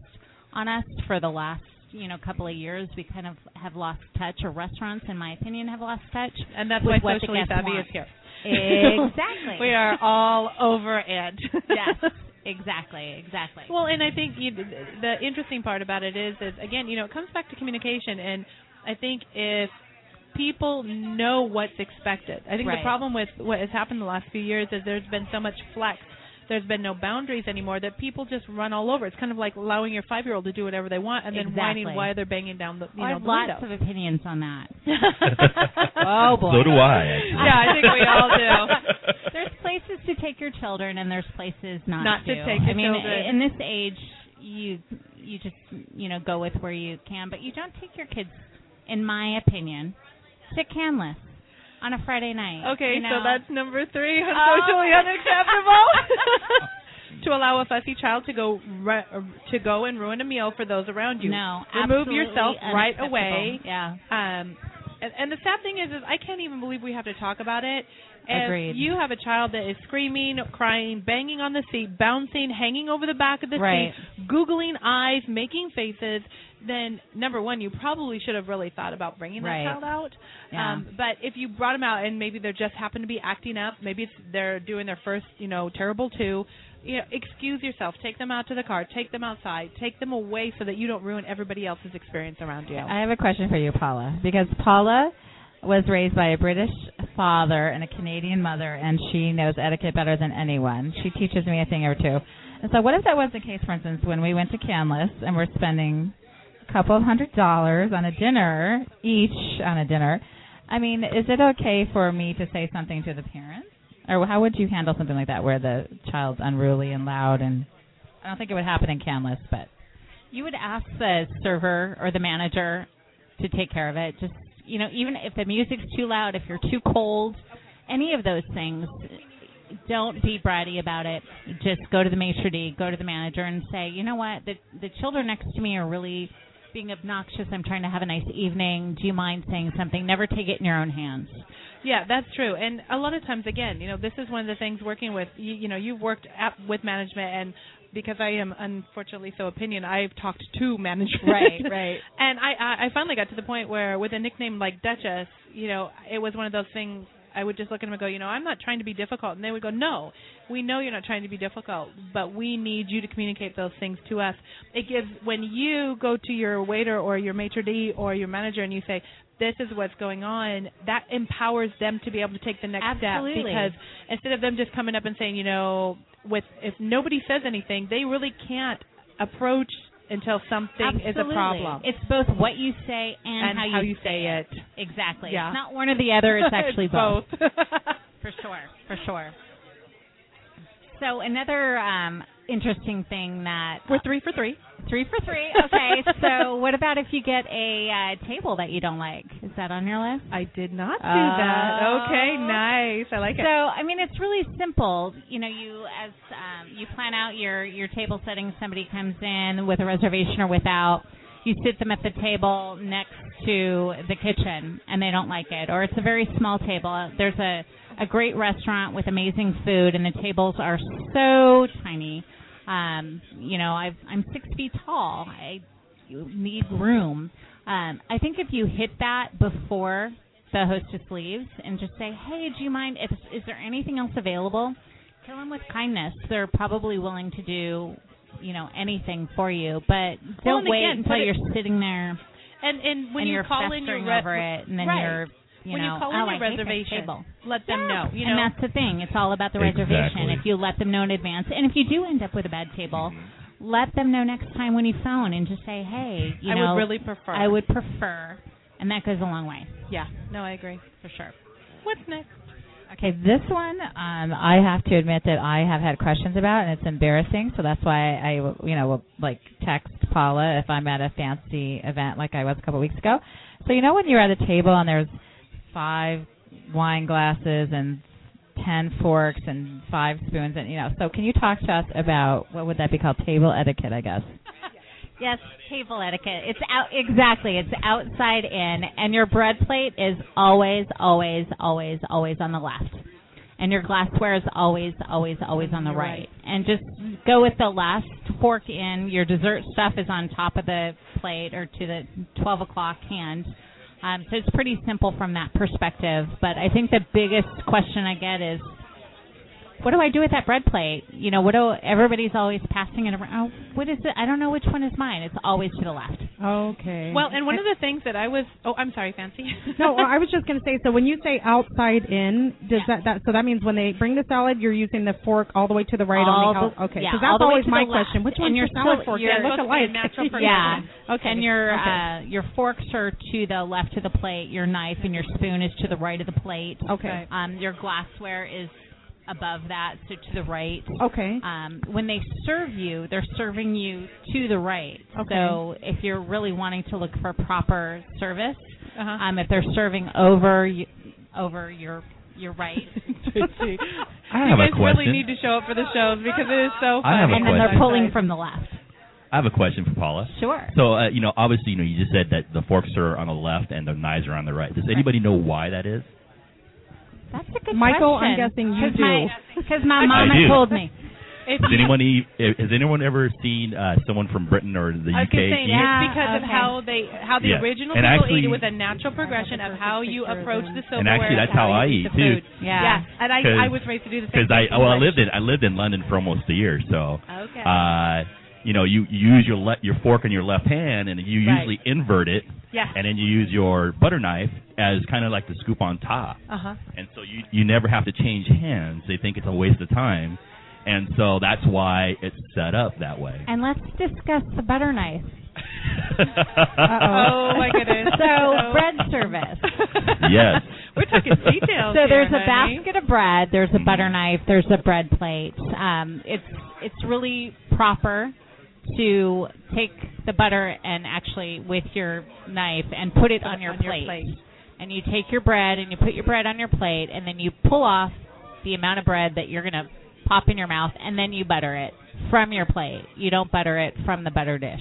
Speaker 4: on us for the last you know couple of years. We kind of have lost touch, or restaurants, in my opinion, have lost touch.
Speaker 2: And that's
Speaker 4: with
Speaker 2: why
Speaker 4: what the
Speaker 2: socially
Speaker 4: guests
Speaker 2: savvy
Speaker 4: want.
Speaker 2: is here.
Speaker 4: Exactly.
Speaker 2: we are all over it.
Speaker 4: yes, exactly, exactly.
Speaker 2: Well, and I think you, the interesting part about it is, is again, you know, it comes back to communication, and I think if people know what's expected, I think the
Speaker 4: Right.
Speaker 2: problem with what has happened the last few years is there's been so much flex. There's been no boundaries anymore that people just run all over. It's kind of like allowing your five year old to do whatever they want and then whining
Speaker 4: Exactly.
Speaker 2: why they're banging down the you
Speaker 4: I
Speaker 2: know
Speaker 4: have
Speaker 2: the
Speaker 4: lots
Speaker 2: window.
Speaker 4: of opinions on that.
Speaker 5: oh boy. So do I. Actually.
Speaker 2: Yeah, I think we all do.
Speaker 4: There's places to take your children, and there's places not,
Speaker 2: Not to take your
Speaker 4: I mean,
Speaker 2: children.
Speaker 4: in this age, you you just you know go with where you can, but you don't take your kids, in my opinion, to Canlis on a Friday night.
Speaker 2: Okay,
Speaker 4: you know?
Speaker 2: so that's number three on
Speaker 4: Oh.
Speaker 2: socially unacceptable. to allow a fussy child to go ru- to go and ruin a meal for those around you.
Speaker 4: no.
Speaker 2: remove
Speaker 4: absolutely
Speaker 2: yourself right
Speaker 4: unacceptable.
Speaker 2: away.
Speaker 4: Yeah.
Speaker 2: Um, and, and the sad thing is, is I can't even believe we have to talk about it. If
Speaker 8: Agreed.
Speaker 2: you have a child that is screaming, crying, banging on the seat, bouncing, hanging over the back of the
Speaker 8: Right.
Speaker 2: seat, googling eyes, making faces, then number one, you probably should have really thought about bringing
Speaker 8: Right.
Speaker 2: that child out.
Speaker 8: Yeah.
Speaker 2: Um, but if you brought them out and maybe they just happen to be acting up, maybe it's, they're doing their first, you know, terrible two. You know, excuse yourself. Take them out to the car. Take them outside. Take them away so that you don't ruin everybody else's experience around you.
Speaker 8: I have a question for you, Paula, because Paula was raised by a British father and a Canadian mother, and she knows etiquette better than anyone. She teaches me a thing or two. And so, what if that was the case, for instance, when we went to Canlis and we're spending a couple of hundred dollars on a dinner each on a dinner? I mean, is it okay for me to say something to the parents, or how would you handle something like that, where the child's unruly and loud? And I don't think it would happen in Canlis, but
Speaker 4: You would ask the server or the manager to take care of it. Just you know, even if the music's too loud, if you're too cold, any of those things, don't be bratty about it. Just go to the maitre d', go to the manager, and say, you know what, the the children next to me are really being obnoxious. I'm trying to have a nice evening. Do you mind saying something? Never take it in your own hands.
Speaker 2: Yeah, that's true. And a lot of times, again, you know, this is one of the things working with, you, you know, you've worked at, with management, and because I am unfortunately so opinion, I've talked to management.
Speaker 8: Right, right.
Speaker 2: and I, I, I finally got to the point where, with a nickname like Duchess, you know, it was one of those things. I would just look at them and go, you know, I'm not trying to be difficult, and they would go, no, we know you're not trying to be difficult, but we need you to communicate those things to us. It gives when you go to your waiter or your maitre d or your manager and you say, this is what's going on, that empowers them to be able to take the next
Speaker 4: Absolutely.
Speaker 2: step because instead of them just coming up and saying, you know, with if nobody says anything, they really can't approach until something is a
Speaker 4: Absolutely.
Speaker 2: problem.
Speaker 4: It's both what you say and,
Speaker 2: and
Speaker 4: how, you
Speaker 2: say it.
Speaker 4: Exactly.
Speaker 2: Yeah.
Speaker 4: It's not one or the other. It's actually both.
Speaker 2: both.
Speaker 4: For sure, for sure. So another um, interesting thing that uh,
Speaker 2: We're three for three.
Speaker 4: three for three. Okay, so what about if you get a uh, table that you don't like? Is that on your list?
Speaker 2: I did not do
Speaker 4: Oh.
Speaker 2: that. Uh, Okay, nice. I like
Speaker 4: So
Speaker 2: it.
Speaker 4: I mean, it's really simple. You know, you as um, you plan out your your table setting. Somebody comes in with a reservation or without. You sit them at the table next to the kitchen, and they don't like it, or it's a very small table. There's a a great restaurant with amazing food, and the tables are so tiny. Um, you know, I've, I'm six feet tall. I you need room. Um, I think if you hit that before the hostess leaves and just say, "Hey, do you mind? If, is there anything else available?" Kill them with kindness. They're probably willing to do, you know, anything for you. But don't
Speaker 2: and
Speaker 4: wait
Speaker 2: again,
Speaker 4: until
Speaker 2: put it-
Speaker 4: you're sitting there
Speaker 2: And and when
Speaker 4: and
Speaker 2: you
Speaker 4: are
Speaker 2: call
Speaker 4: festering
Speaker 2: in your re-
Speaker 4: over it, and then
Speaker 2: right.
Speaker 4: you're, you
Speaker 2: when
Speaker 4: know,
Speaker 2: you call
Speaker 4: oh,
Speaker 2: in
Speaker 4: I
Speaker 2: your
Speaker 4: hate this
Speaker 2: reservation,
Speaker 4: table."
Speaker 2: let them
Speaker 4: Yeah.
Speaker 2: know. You
Speaker 4: and
Speaker 2: know,
Speaker 4: that's the thing. It's all about the reservation.
Speaker 5: Exactly.
Speaker 4: If you let them know in advance, and if you do end up with a bad table, let them know next time when you phone and just say, "Hey, you
Speaker 2: I
Speaker 4: know,
Speaker 2: would really prefer.
Speaker 4: I would prefer," and that goes a long way
Speaker 2: Yeah. No, I agree.
Speaker 4: for sure.
Speaker 2: What's next?
Speaker 8: Okay, this one um, I have to admit that I have had questions about, and it's embarrassing. So that's why I, you know, will, like text Paula if I'm at a fancy event, like I was a couple weeks ago. So you know when you're at a table and there's five wine glasses and ten forks and five spoons, and you know, so can you talk to us about what would that be called? Table etiquette, I guess.
Speaker 4: Yes, table etiquette. It's out exactly. It's outside in, and your bread plate is always, always, always, always on the left, and your glassware is always, always, always on the right. And just go with the last fork in. Your dessert stuff is on top of the plate or to the twelve o'clock hand. Um, so it's pretty simple from that perspective. But I think the biggest question I get is, what do I do with that bread plate? You know, what do everybody's always passing it around? Oh, what is it? I don't know which one is mine. It's always to the left.
Speaker 3: Okay.
Speaker 2: Well, and one of the things that I was. Oh, I'm sorry, Fancy.
Speaker 3: no, well, I was just going to say. So when you say outside in, does that, that so that means when they bring the salad, you're using the fork all the way to the
Speaker 4: All
Speaker 3: right on the,
Speaker 4: the-
Speaker 3: out- okay?
Speaker 4: yeah,
Speaker 3: Because
Speaker 4: all
Speaker 3: that's
Speaker 4: the way
Speaker 3: always
Speaker 4: to the
Speaker 3: my
Speaker 4: left.
Speaker 3: question. Which
Speaker 4: And
Speaker 3: one's
Speaker 4: you're
Speaker 3: your salad
Speaker 4: still-
Speaker 3: fork?
Speaker 4: you're
Speaker 3: They
Speaker 2: supposed
Speaker 3: look
Speaker 2: to be a
Speaker 3: alike.
Speaker 2: natural
Speaker 4: Yeah.
Speaker 2: progression.
Speaker 3: Okay.
Speaker 4: And your
Speaker 3: okay.
Speaker 4: uh, your forks are to the left of the plate. Your knife and your spoon is to the right of the plate.
Speaker 3: Okay.
Speaker 4: Um, your glassware is above that, so to the right.
Speaker 3: Okay.
Speaker 4: Um, when they serve you, they're serving you to the right.
Speaker 3: Okay.
Speaker 4: So if you're really wanting to look for proper service,
Speaker 2: Uh-huh.
Speaker 4: um, if they're serving over y- over your your right,
Speaker 5: I have
Speaker 2: you
Speaker 5: a
Speaker 2: guys really
Speaker 5: question.
Speaker 2: need to show up for the shows because it is so
Speaker 5: I have
Speaker 2: funny.
Speaker 5: a
Speaker 4: and then they're
Speaker 5: question.
Speaker 4: pulling from the left.
Speaker 5: I have a question for Paula.
Speaker 4: Sure.
Speaker 5: So, uh, you know, obviously, you know, you just said that the forks are on the left and the knives are on the right. Does anybody know why that is?
Speaker 4: That's a good
Speaker 3: Michael, I'm
Speaker 4: question.
Speaker 3: guessing you
Speaker 4: Cause my,
Speaker 3: do.
Speaker 4: Because my
Speaker 5: I
Speaker 4: mama
Speaker 5: do.
Speaker 4: told me.
Speaker 2: If
Speaker 5: Has
Speaker 2: you-
Speaker 5: anyone e- has anyone ever seen uh, someone from Britain or the
Speaker 2: I was
Speaker 5: UK?
Speaker 2: gonna say
Speaker 5: eat?
Speaker 4: Yeah,
Speaker 2: it's because of
Speaker 4: okay.
Speaker 2: how they how the
Speaker 5: Yeah.
Speaker 2: original
Speaker 5: And
Speaker 2: people
Speaker 5: actually-
Speaker 2: eat it with a natural progression of how you
Speaker 3: picture of
Speaker 2: approach
Speaker 3: them.
Speaker 2: the
Speaker 5: And
Speaker 2: silverware.
Speaker 5: actually, that's how I
Speaker 2: you
Speaker 5: eat
Speaker 2: the
Speaker 5: too,
Speaker 2: food.
Speaker 4: Yeah.
Speaker 2: Yeah, and I I was raised to do the same.
Speaker 5: because I
Speaker 2: thing.
Speaker 5: well I lived in I lived in London for almost a year, so
Speaker 4: Okay.
Speaker 5: uh, you know you you use your le- your fork in your left hand, and you
Speaker 4: Right.
Speaker 5: usually invert it,
Speaker 2: Yeah.
Speaker 5: and then you use your butter knife as kind of like the scoop on top.
Speaker 2: Uh
Speaker 4: Uh-huh.
Speaker 2: huh.
Speaker 5: and so you you never have to change hands. They think it's a waste of time, and so that's why it's set up that way.
Speaker 4: and let's discuss the butter knife.
Speaker 2: Oh my goodness.
Speaker 4: So bread service.
Speaker 5: Yes.
Speaker 2: We're talking details.
Speaker 4: So there's
Speaker 2: here,
Speaker 4: a
Speaker 2: honey. Mm-hmm.
Speaker 4: basket of bread, there's a
Speaker 5: Mhm.
Speaker 4: butter knife, there's a bread plate. Um, it's it's really proper to take the butter and actually with your knife and put it on your
Speaker 2: on your
Speaker 4: plate.
Speaker 2: plate.
Speaker 4: And you take your bread and you put your bread on your plate and then you pull off the amount of bread that you're gonna pop in your mouth and then you butter it from your plate. You don't butter it from the butter dish.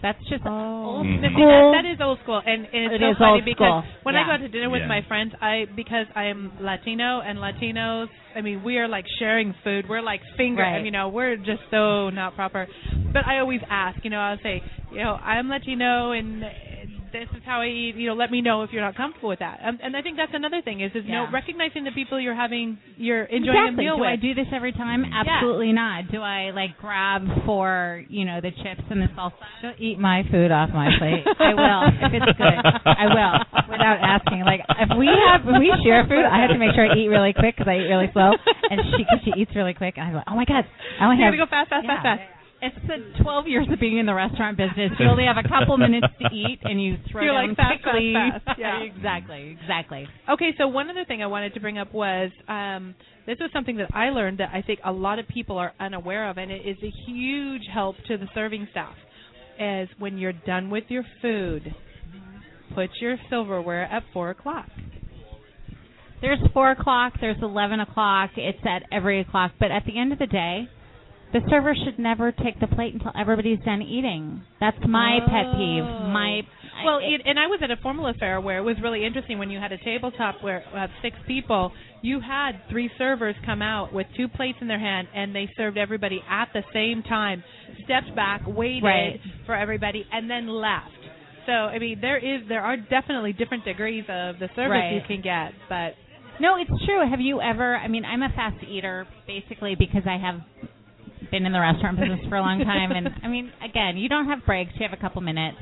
Speaker 4: That's just
Speaker 2: Oh.
Speaker 4: old
Speaker 5: Mhm.
Speaker 2: Now, see,
Speaker 4: school.
Speaker 2: that, that is old school, and, and it's
Speaker 4: It
Speaker 2: so
Speaker 4: is
Speaker 2: funny
Speaker 4: old
Speaker 2: because
Speaker 4: school.
Speaker 2: when I
Speaker 4: Yeah.
Speaker 2: go out to dinner with
Speaker 5: Yeah.
Speaker 2: my friends, I because I'm Latino and Latinos, I mean we are like sharing food. We're like finger,
Speaker 4: Right.
Speaker 2: you know, we're just so not proper. But I always ask, you know, I'll say, you know, I'm Latino and this is how I eat. You know, let me know if you're not comfortable with that. Um, and I think that's another thing is is you know
Speaker 4: Yeah.
Speaker 2: recognizing the people you're having, you're enjoying
Speaker 4: exactly.
Speaker 2: a meal
Speaker 4: do
Speaker 2: with.
Speaker 4: I do this every time? Absolutely not. Do I like grab for you know the chips and the salsa?
Speaker 9: She'll eat my food off my plate.
Speaker 4: I will if it's good. I will
Speaker 9: without asking. Like if we have when we share food, I have to make sure I eat really quick because I eat really slow, and she cause she eats really quick. And I'm like, oh my god, I only
Speaker 2: you
Speaker 9: have
Speaker 2: gotta go fast, fast, fast,
Speaker 9: Yeah.
Speaker 2: fast.
Speaker 4: It's the 12 years of being in the restaurant business. You only have a couple minutes to eat, and you throw
Speaker 2: You're
Speaker 4: down
Speaker 2: like, fast, fast,
Speaker 4: quickly.
Speaker 2: fast. Yeah.
Speaker 4: exactly, exactly.
Speaker 2: Okay, so one other thing I wanted to bring up was um, this was something that I learned that I think a lot of people are unaware of, and it is a huge help to the serving staff. Is when you're done with your food, put your silverware at four o'clock.
Speaker 4: There's four o'clock. There's eleven o'clock. It's at every o'clock. But at the end of the day, the server should never take the plate until everybody's done eating. That's my pet peeve. My
Speaker 2: Ah. Well,
Speaker 4: I-
Speaker 2: it, and I was at a formal affair where it was really interesting when you had a tabletop where of six people, you had three servers come out with two plates in their hand and they served everybody at the same time, stepped back, waited
Speaker 4: Right.
Speaker 2: for everybody, and then left. So I mean, there is there are definitely different degrees of the service
Speaker 4: Right.
Speaker 2: you can get, but
Speaker 4: No, it's true. Have you ever? I mean, I'm a fast eater basically because I have been in the restaurant business for a long time, and I mean, again, you don't have breaks. You have a couple minutes.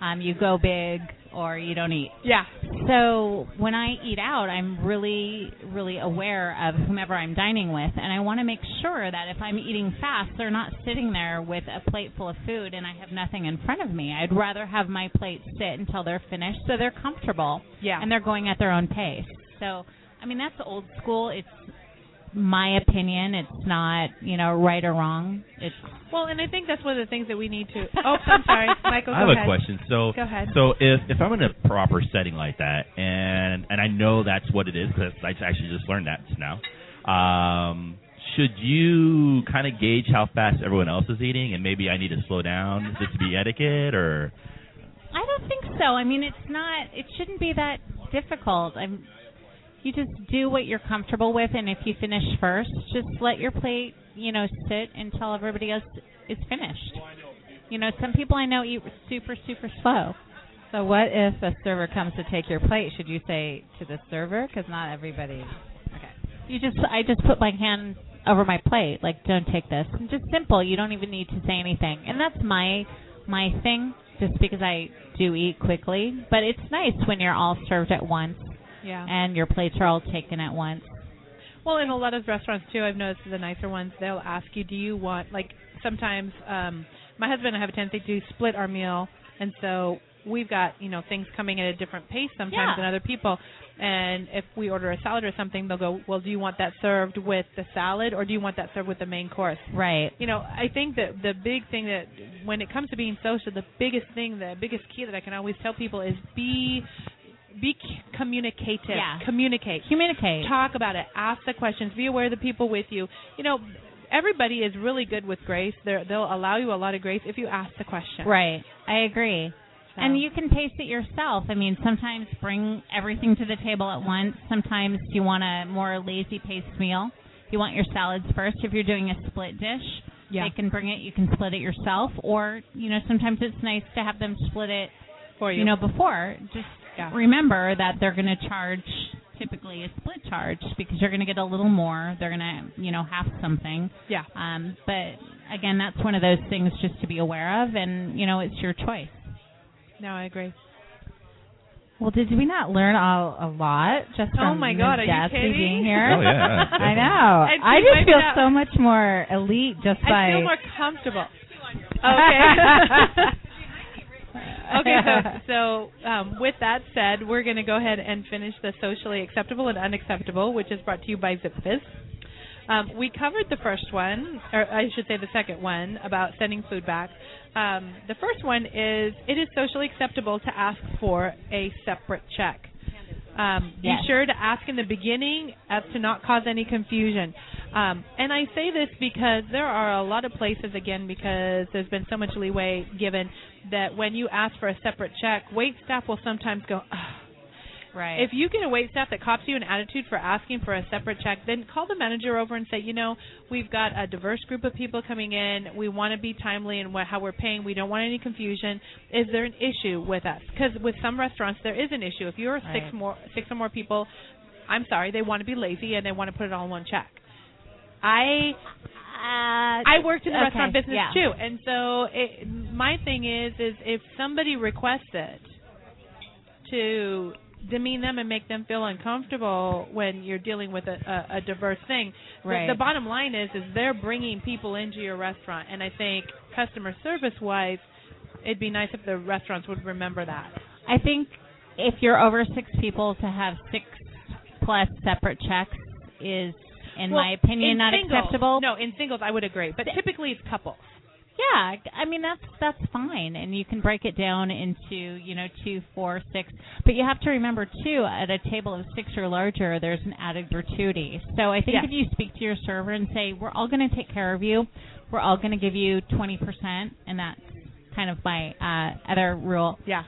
Speaker 4: Um, you go big or you don't eat.
Speaker 2: yeah,
Speaker 4: So when I eat out, I'm really, really aware of whomever I'm dining with, and I want to make sure that if I'm eating fast, they're not sitting there with a plate full of food and I have nothing in front of me. I'd rather have my plate sit until they're finished, so they're comfortable
Speaker 2: yeah.
Speaker 4: and they're going at their own pace. So, I mean, that's old school. It's my opinion. It's not, you know, right or wrong. It's
Speaker 2: well, and I think that's one of the things that we need to. Oh, I'm sorry, Michael.
Speaker 5: I
Speaker 2: go
Speaker 5: have
Speaker 2: ahead.
Speaker 5: a question. So,
Speaker 2: Go ahead.
Speaker 5: so if if I'm in a proper setting like that, and and I know that's what it is because I actually just learned that just now. Um, should you kind of gauge how fast everyone else is eating, and maybe I need to slow down just to be etiquette, or
Speaker 4: I don't think so. I mean, it's not. It shouldn't be that difficult. I'm. You just do what you're comfortable with, and if you finish first, just let your plate, you know, sit until everybody else is finished. You know, some people I know eat super, super slow.
Speaker 9: So what if a server comes to take your plate? Should you say to the server because not everybody?
Speaker 4: You just, I just put my hand over my plate, like, don't take this. And just simple. You don't even need to say anything, and that's my, my thing. Just because I do eat quickly, but it's nice when you're all served at once.
Speaker 2: Yeah.
Speaker 4: and your plates are all taken at once.
Speaker 2: Well, in a lot of restaurants too, I've noticed the nicer ones, they'll ask you, "Do you want like?" Sometimes, um, my husband and I have a tendency to split our meal, and so we've got you know things coming at a different pace sometimes
Speaker 4: Yeah.
Speaker 2: than other people. And if we order a salad or something, they'll go, "Well, do you want that served with the salad, or do you want that served with the main course?"
Speaker 4: Right.
Speaker 2: You know, I think that the big thing that when it comes to being social, the biggest thing, the biggest key that I can always tell people is be be c- communicative.
Speaker 4: Yeah.
Speaker 2: Communicate
Speaker 4: Communicate.
Speaker 2: talk about it ask the questions be aware of the people with you you know everybody is really good with grace They're, they'll allow you a lot of grace if you ask the question
Speaker 4: Right. I agree.
Speaker 2: So.
Speaker 4: And you can pace it yourself. I mean, sometimes bring everything to the table at once. Sometimes you want a more lazy paced meal. You want your salads first. If you're doing a split dish,
Speaker 3: Yeah.
Speaker 4: they can bring it. You can split it yourself, or you know, sometimes it's nice to have them split it.
Speaker 2: for you,
Speaker 4: You know, before just
Speaker 2: Yeah.
Speaker 4: remember that they're going to charge typically a split charge because you're going to get a little more. They're going to you know have something.
Speaker 2: yeah.
Speaker 4: Um, but again, that's one of those things just to be aware of, and you know, it's your choice.
Speaker 2: No, I agree.
Speaker 10: Well, did we not learn a, a lot just
Speaker 2: Oh
Speaker 10: from
Speaker 2: my
Speaker 10: Ms.
Speaker 2: God, are you
Speaker 10: Gatsby
Speaker 2: kidding?
Speaker 10: being here?
Speaker 5: Oh, yeah.
Speaker 10: I know.
Speaker 2: And
Speaker 10: I
Speaker 2: she
Speaker 10: just
Speaker 2: wiped
Speaker 10: feel
Speaker 2: out-
Speaker 10: so much more elite just by.
Speaker 2: I feel more comfortable. Okay. Okay, so so um, with that said, we're going to go ahead and finish the socially acceptable and unacceptable, which is brought to you by ZipFizz. Um, we covered the first one, or I should say the second one, about sending food back. Um, the first one is it is socially acceptable to ask for a separate check. Um,
Speaker 4: Yes.
Speaker 2: Be sure to ask in the beginning as to not cause any confusion. Um, and I say this because there are a lot of places, again, because there's been so much leeway given that when you ask for a separate check, wait staff will sometimes go, "Ugh."
Speaker 4: Right.
Speaker 2: If you get a wait staff that cops you an attitude for asking for a separate check, then call the manager over and say, you know, we've got a diverse group of people coming in. We want to be timely in what, how we're paying. We don't want any confusion. Is there an issue with us? Because with some restaurants, there is an issue. If you're six
Speaker 4: Right.
Speaker 2: more, six or more people, I'm sorry, they want to be lazy and they want to put it all in one check. I
Speaker 4: uh,
Speaker 2: I worked in the
Speaker 4: okay,
Speaker 2: restaurant business
Speaker 4: yeah.
Speaker 2: too, and so it, my thing is, is if somebody requests it to demean them and make them feel uncomfortable when you're dealing with a, a, a diverse thing, the-
Speaker 4: Right.
Speaker 2: the, bottom line is, is they're bringing people into your restaurant, and I think customer service wise, it'd be nice if the restaurants would remember that.
Speaker 4: I think if you're over six people to have six plus separate checks is, in
Speaker 2: Well,
Speaker 4: my opinion,
Speaker 2: in
Speaker 4: not
Speaker 2: singles-
Speaker 4: acceptable.
Speaker 2: No, in singles I would agree, but typically it's couples.
Speaker 4: Yeah, I mean that's that's fine, and you can break it down into you know two, four, six. But you have to remember too, at a table of six or larger, there's an added gratuity. So I think
Speaker 2: Yes.
Speaker 4: if you speak to your server and say, "We're all going to take care of you. We're all going to give you twenty percent," and that's kind of my uh, other rule.
Speaker 2: Yeah.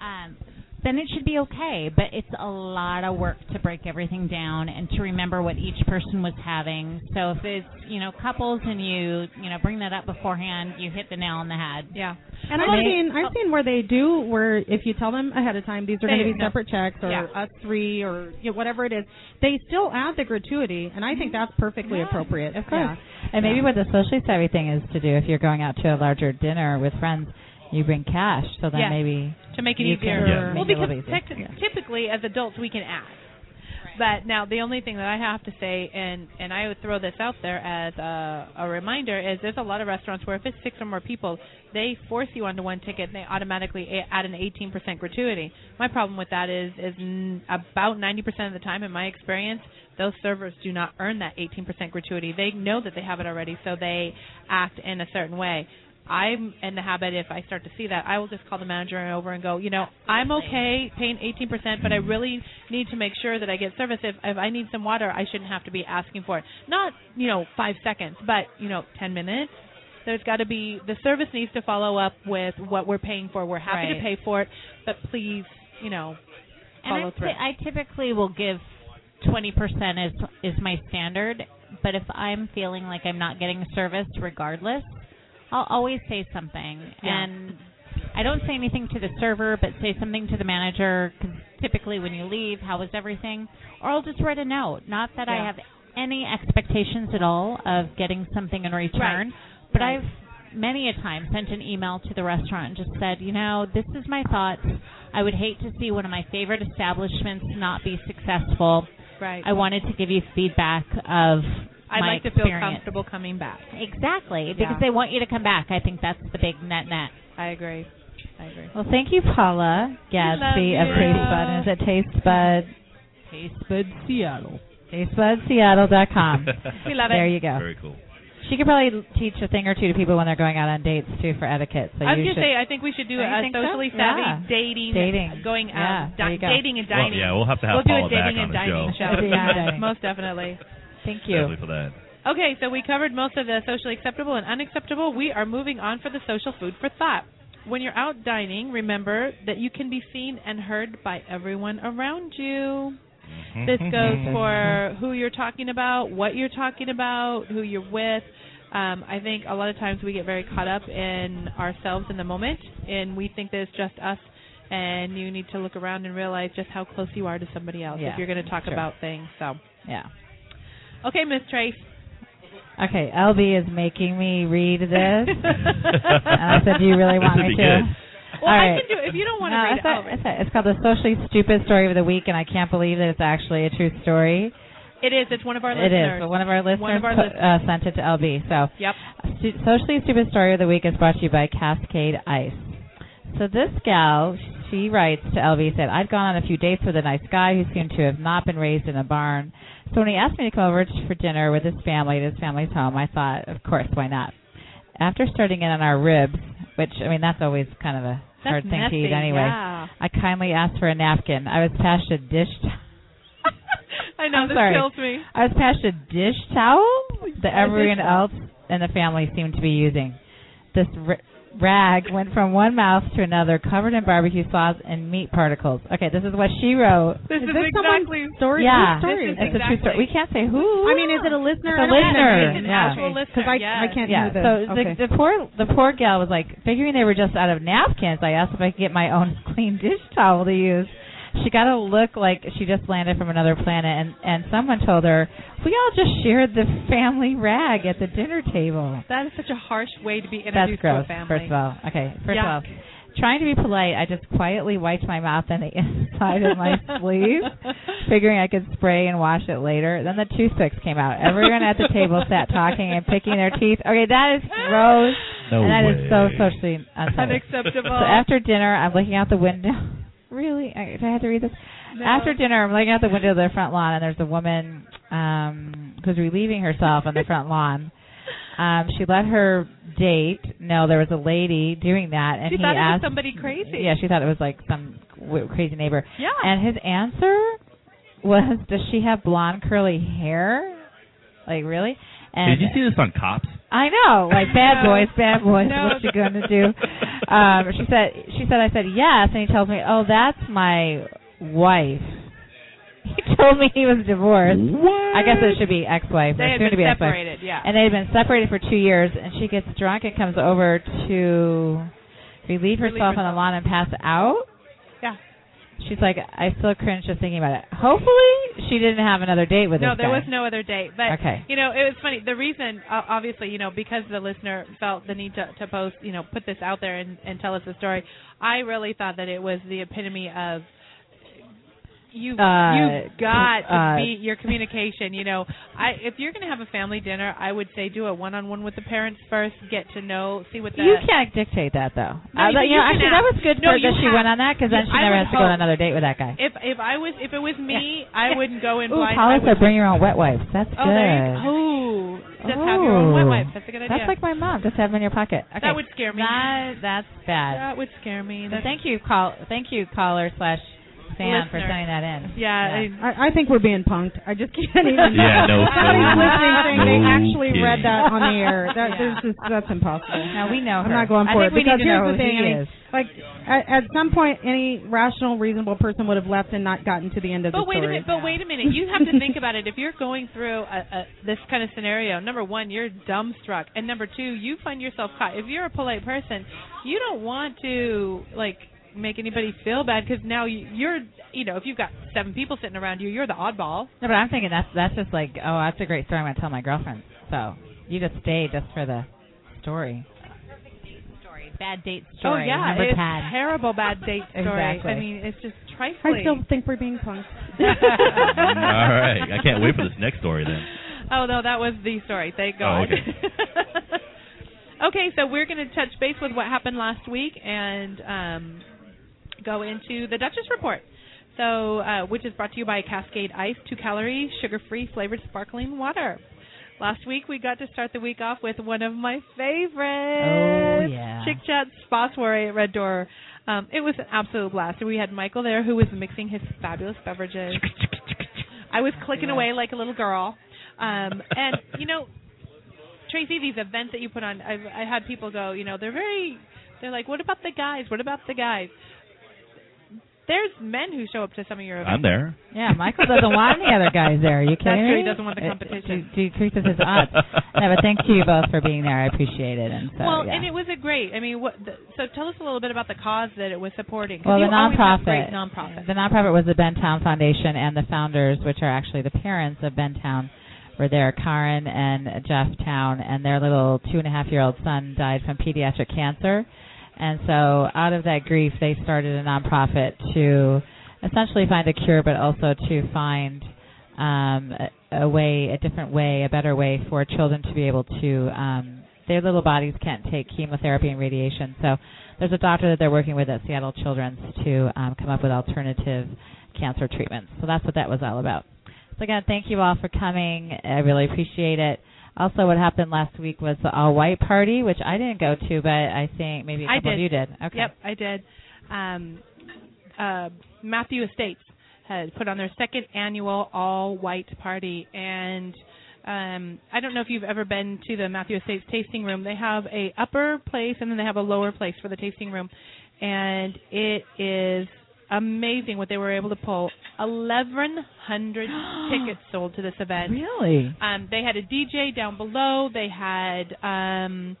Speaker 4: Um, then it should be okay, but it's a lot of work to break everything down and to remember what each person was having. So if it's you know couples and you you know bring that up beforehand, you hit the nail on the head.
Speaker 2: Yeah.
Speaker 3: And I've seen I've seen where they do where if you tell them ahead of time these are
Speaker 2: They-
Speaker 3: going to be
Speaker 2: no.
Speaker 3: separate checks or
Speaker 2: Yeah.
Speaker 3: us three or you know, whatever it is, they still add the gratuity, and I think
Speaker 4: Mm-hmm.
Speaker 3: that's perfectly appropriate.
Speaker 10: Of course.
Speaker 3: Yeah.
Speaker 10: And maybe what the socially savvy thing is to do if you're going out to a larger dinner with friends, you bring cash. So then
Speaker 2: Yes.
Speaker 10: maybe
Speaker 2: to make it
Speaker 10: You
Speaker 2: easier.
Speaker 10: can Yeah.
Speaker 2: Well,
Speaker 10: make it a
Speaker 2: because
Speaker 10: little easier.
Speaker 2: tec-
Speaker 10: Yeah.
Speaker 2: typically as adults we can ask. But now the only thing that I have to say, and and I would throw this out there as a, a reminder, is there's a lot of restaurants where if it's six or more people, they force you onto one ticket and they automatically a- add an 18% gratuity. My problem with that is is n- about 90% of the time, in my experience, those servers do not earn that 18% gratuity. They know that they have it already, so they act in a certain way. I'm in the habit if I start to see that, I will just call the manager over and go, you know, I'm okay paying 18%, but I
Speaker 4: Mm-hmm.
Speaker 2: really need to make sure that I get service. If, if I need some water, I shouldn't have to be asking for it. Not, you know, five seconds, but, you know, 10 minutes. There's got to be, the service needs to follow up with what we're paying for. We're happy to
Speaker 4: Right.
Speaker 2: pay for it, but please, you know,
Speaker 4: And
Speaker 2: follow
Speaker 4: I,
Speaker 2: through.
Speaker 4: ty- I typically will give twenty percent is is my standard. But if I'm feeling like I'm not getting service, regardless, I'll always say something.
Speaker 2: Yeah.
Speaker 4: And I don't say anything to the server, but say something to the manager. Because typically, when you leave, how was everything? Or I'll just write a note. Not that
Speaker 2: Yeah.
Speaker 4: I have any expectations at all of getting something in return, but
Speaker 2: Right.
Speaker 4: I've many a time sent an email to the restaurant and just said, you know, this is my thoughts. I would hate to see one of my favorite establishments not be successful.
Speaker 2: right.
Speaker 4: I wanted to give you feedback of
Speaker 2: I'd
Speaker 4: my
Speaker 2: like to feel
Speaker 4: experience.
Speaker 2: comfortable coming back.
Speaker 4: Exactly, because
Speaker 2: Yeah.
Speaker 4: they want you to come back. I think that's the big net net.
Speaker 2: I agree. I agree.
Speaker 10: Well, thank you, Paula Gadsby of
Speaker 2: you.
Speaker 10: Taste Bud. And Is it Taste Bud? Taste Bud Seattle. TasteBudSeattle.com.
Speaker 2: We love it.
Speaker 10: There you go.
Speaker 5: Very cool.
Speaker 10: She could probably teach a thing or two to people when they're going out on dates too for etiquette. So
Speaker 2: I was
Speaker 10: you
Speaker 2: gonna
Speaker 10: should.
Speaker 2: say I think we should do
Speaker 10: Don't you
Speaker 2: a
Speaker 10: think so?
Speaker 2: socially savvy
Speaker 10: Yeah.
Speaker 2: dating,
Speaker 10: Dating.
Speaker 2: going um,
Speaker 10: Yeah, there
Speaker 2: di-
Speaker 10: you go.
Speaker 2: dating and dining.
Speaker 5: Well, yeah, we'll have to have
Speaker 2: we'll do
Speaker 5: Paula
Speaker 2: a dating and
Speaker 5: back on the
Speaker 2: dining
Speaker 5: show.
Speaker 2: show.
Speaker 10: Dating and
Speaker 2: Yeah,
Speaker 10: dining.
Speaker 2: most definitely.
Speaker 10: Thank you.
Speaker 5: Definitely for that.
Speaker 2: Okay, so we covered most of the socially acceptable and unacceptable. We are moving on for the social food for thought. when you're out dining, remember that you can be seen and heard by everyone around you. This goes for who you're talking about, what you're talking about, who you're with. Um, I think a lot of times we get very caught up in ourselves in the moment, and we think that it's just us. And you need to look around and realize just how close you are to somebody else
Speaker 4: Yeah,
Speaker 2: if you're going to talk
Speaker 4: sure.
Speaker 2: about things. So,
Speaker 4: Yeah.
Speaker 2: okay, Miss Trace.
Speaker 4: Okay, LB is making me read this. and I said, "Do you really
Speaker 5: This
Speaker 4: want
Speaker 5: would
Speaker 4: me to?"
Speaker 5: be good.
Speaker 2: Well,
Speaker 4: All
Speaker 2: I
Speaker 4: right.
Speaker 2: can do it if you don't want to
Speaker 4: no,
Speaker 2: read
Speaker 4: it's, a-
Speaker 2: it. I'll
Speaker 4: it's,
Speaker 2: read
Speaker 4: a- it's called the socially stupid story of the week, and I can't believe that it's actually a true story.
Speaker 2: it. It is. It's one of our
Speaker 4: It is,
Speaker 2: listeners.
Speaker 4: but one of our listeners,
Speaker 2: One of our
Speaker 4: put-
Speaker 2: listeners.
Speaker 4: uh, sent it to LB. So,
Speaker 2: Yep.
Speaker 4: Stu- socially stupid story of the week is brought to you by Cascade Ice. So this gal, she writes to LB said, "I've gone on a few dates with a nice guy who seemed to have not been raised in a barn. So when he asked me to come over t- for dinner with his family at his family's home, I thought, of course, why not? After starting in on our ribs, which I mean, that's always kind of a
Speaker 2: That's
Speaker 4: hard thing to
Speaker 2: messy,
Speaker 4: eat anyway."
Speaker 2: Yeah.
Speaker 4: I kindly asked for a napkin. I was passed a dish. T-
Speaker 2: I know
Speaker 4: uh, I'm
Speaker 2: this
Speaker 4: sorry.
Speaker 2: kills me.
Speaker 4: I was passed a dish towel
Speaker 2: dish
Speaker 4: that everyone
Speaker 2: towel.
Speaker 4: else in the family seemed to be using. This r- rag went from one mouth to another, covered in barbecue sauce and meat particles. Okay, this is what she wrote.
Speaker 2: This is,
Speaker 3: this someone-
Speaker 2: exactly.
Speaker 3: Story,
Speaker 4: yeah,
Speaker 3: true story.
Speaker 2: This
Speaker 4: it's a true story. We can't say who.
Speaker 3: I mean, is it a listener?
Speaker 4: It's a
Speaker 3: I don't know.
Speaker 4: listener,
Speaker 3: It's an
Speaker 4: yeah.
Speaker 3: actual
Speaker 2: Okay.
Speaker 3: listener, 'cause I,
Speaker 2: Yes.
Speaker 3: I can't
Speaker 4: yeah.
Speaker 3: hear
Speaker 4: So
Speaker 3: this. okay.
Speaker 4: the, the poor the poor gal was like figuring they were just out of napkins. I asked if I could get my own clean dish towel to use. She got a look like she just landed from another planet, and and someone told her we all just shared the family rag at the dinner table.
Speaker 2: That is such a harsh way to be
Speaker 4: That's
Speaker 2: introduced
Speaker 4: gross.
Speaker 2: to a family.
Speaker 4: First of all, okay. First
Speaker 2: Yuck.
Speaker 4: of all, trying to be polite, I just quietly wiped my mouth on the inside of my sleeve, figuring I could spray and wash it later. Then the toothpicks came out. Everyone at the table sat talking and picking their teeth. Okay, that is gross.
Speaker 5: No
Speaker 4: and that is so
Speaker 5: way.
Speaker 4: socially unacceptable.
Speaker 2: Unacceptable.
Speaker 4: So after dinner, I'm looking out the window. really? I, do I have to read this?
Speaker 2: No.
Speaker 4: After dinner, I'm looking out the window of the front lawn, and there's a woman um, who's relieving herself on the front lawn. Um, she let her date know there was a lady doing that, and
Speaker 2: she
Speaker 4: he
Speaker 2: thought it was
Speaker 4: asked.
Speaker 2: somebody crazy.
Speaker 4: Yeah, she thought it was like some w- crazy neighbor.
Speaker 2: Yeah.
Speaker 4: And his answer was, "Does she have blonde curly hair? Like really?" And
Speaker 5: Did you see this on Cops?
Speaker 4: I know, like bad
Speaker 2: No.
Speaker 4: boys, bad boys.
Speaker 2: No.
Speaker 4: What you gonna do? Um, she said. She said. I said yes, and he tells me, "Oh, that's my wife." He told me he was divorced. I guess it should be ex-wife
Speaker 2: they
Speaker 4: or
Speaker 2: had
Speaker 4: soon to
Speaker 2: been
Speaker 4: be ex-wife.
Speaker 2: separated. Yeah.
Speaker 4: And they had been separated for two years, and she gets drunk and comes over to relieve herself on
Speaker 2: herself.
Speaker 4: the lawn and pass out.
Speaker 2: Yeah.
Speaker 4: She's like, I still cringe just thinking about it. Hopefully, she didn't have another date with
Speaker 2: no,
Speaker 4: this
Speaker 2: there
Speaker 4: guy.
Speaker 2: was no other date. But
Speaker 4: Okay.
Speaker 2: you know, it was funny. The reason, uh, obviously, you know, because the listener felt the need to, to post, you know, put this out there and, and tell us the story. I really thought that it was the epitome of you.
Speaker 4: Uh,
Speaker 2: you've got
Speaker 4: uh,
Speaker 2: to be your communication. You know, I if you're going to have a family dinner, I would say do a one-on-one with the parents first. Get to know, see what the
Speaker 4: You can't dictate that though.
Speaker 2: No,
Speaker 4: I-
Speaker 2: you- you
Speaker 4: you know,
Speaker 2: can
Speaker 4: actually,
Speaker 2: ask.
Speaker 4: that was good
Speaker 2: No,
Speaker 4: for her
Speaker 2: you
Speaker 4: that she
Speaker 2: have-
Speaker 4: went on that because then
Speaker 2: you-
Speaker 4: she
Speaker 2: I
Speaker 4: never
Speaker 2: would
Speaker 4: has to go on
Speaker 2: hope.
Speaker 4: another date with that guy.
Speaker 2: If if I was if it was me, I wouldn't go in
Speaker 4: Ooh,
Speaker 2: blind. I
Speaker 4: Paula
Speaker 2: would-
Speaker 4: said, "Bring your own wet wipes." That's
Speaker 2: oh,
Speaker 4: good.
Speaker 2: there you go. Ooh, just have your own wet
Speaker 4: Ooh.
Speaker 2: wipes. That's a good idea.
Speaker 4: That's like my mom. Just have them in your pocket. Okay.
Speaker 2: That would scare me.
Speaker 4: That, that's bad.
Speaker 2: That would scare me.
Speaker 4: So
Speaker 2: That's-
Speaker 4: thank you, call. Thank you, caller slash Sam for
Speaker 2: Listener.
Speaker 4: sending that in.
Speaker 2: yeah, I-
Speaker 3: I, I think we're being punked. I just can't even.
Speaker 5: Yeah, no kidding.
Speaker 3: Somebody's listening saying they
Speaker 5: No
Speaker 3: actually
Speaker 5: kidding.
Speaker 3: read that on the air. That,
Speaker 4: Yeah.
Speaker 3: there's just, that's impossible.
Speaker 4: No, we know her.
Speaker 3: I'm not going
Speaker 4: I
Speaker 3: for
Speaker 4: think
Speaker 3: it
Speaker 4: we
Speaker 3: because
Speaker 4: need to
Speaker 3: here's
Speaker 4: know who
Speaker 3: the thing.
Speaker 4: he
Speaker 3: I mean,
Speaker 4: is.
Speaker 3: like at, at some point, any rational, reasonable person would have left and not gotten to the end of the
Speaker 2: But wait a
Speaker 3: story.
Speaker 2: minute. But wait a minute. You have to think about it. If you're going through a, a, this kind of scenario, number one, you're dumbstruck, and number two, you find yourself caught. If you're a polite person, you don't want to like make anybody feel bad because now you- you're, you know, if you've got seven people sitting around you, you're the oddball.
Speaker 4: No, but I'm thinking that's that's just like, oh, that's a great story. I'm gonna tell my girlfriend. So you just stay just for the story.
Speaker 11: story. Bad date story.
Speaker 2: oh yeah,
Speaker 11: Number
Speaker 2: it's
Speaker 11: ten.
Speaker 2: terrible bad date story.
Speaker 4: Exactly.
Speaker 2: I mean, it's just trifling.
Speaker 3: I still think we're being punked.
Speaker 5: All right. I can't wait for this next story then. Oh,
Speaker 2: Oh no, that was the story. Thank God. okay. so we're going to touch base with what happened last week and um, go into the Duchess Report. So, uh, which is brought to you by Cascade Ice, two-calorie, sugar-free, flavored sparkling water. Last week we got to start the week off with one of my favorites,
Speaker 4: Oh, yeah.
Speaker 2: Chick Chat Spa Soiree at Red Door. Um, it was an absolute blast. We had Michael there who was mixing his fabulous beverages. I was clicking away like a little girl. Um, and you know, Tracy, these events that you put on, I've I had people go, you know, they're very They're like, what about the guys? What about the guys? There's men who show up to some of your
Speaker 5: I'm
Speaker 2: events.
Speaker 5: there.
Speaker 4: Yeah, Michael doesn't want any other guys there. Are you
Speaker 2: That's
Speaker 4: kidding Uh,
Speaker 2: true. He
Speaker 4: me?
Speaker 2: doesn't want the
Speaker 4: It-
Speaker 2: competition.
Speaker 4: It, decreases his odds. no, but thank you both for being there. I appreciate it. And so,
Speaker 2: well,
Speaker 4: yeah.
Speaker 2: and it was a great. I mean, what? The, so tell us a little bit about the cause that it was supporting. 'cause
Speaker 4: well, the
Speaker 2: you always have
Speaker 4: nonprofit,
Speaker 2: Great nonprofit.
Speaker 4: the nonprofit was the Bentown Foundation, and the founders, which are actually the parents of Bentown, were there. Karen and Jeff Town, and their little two and a half year old son died from pediatric cancer, and so out of that grief, they started a nonprofit to essentially find a cure, but also to find um, a, a way, a different way, a better way for children to be able to. Um, their little bodies can't take chemotherapy and radiation, so there's a doctor that they're working with at Seattle Children's to um, come up with alternative cancer treatments. So that's what that was all about. So again, thank you all for coming. I really appreciate it. Also, what happened last week was the all-white party, which I didn't go to, but I think maybe a
Speaker 2: I
Speaker 4: couple of
Speaker 2: did.
Speaker 4: you did. Okay.
Speaker 2: Yep, I did. Um, uh, Matthew Estates had put on their second annual all white party, and um, I don't know if you've ever been to the Matthew Estates tasting room. They have a upper place and then they have a lower place for the tasting room, and it is amazing what they were able to pull. Eleven hundred tickets sold to this event.
Speaker 4: Really?
Speaker 2: Um, they had a DJ down below. They had um,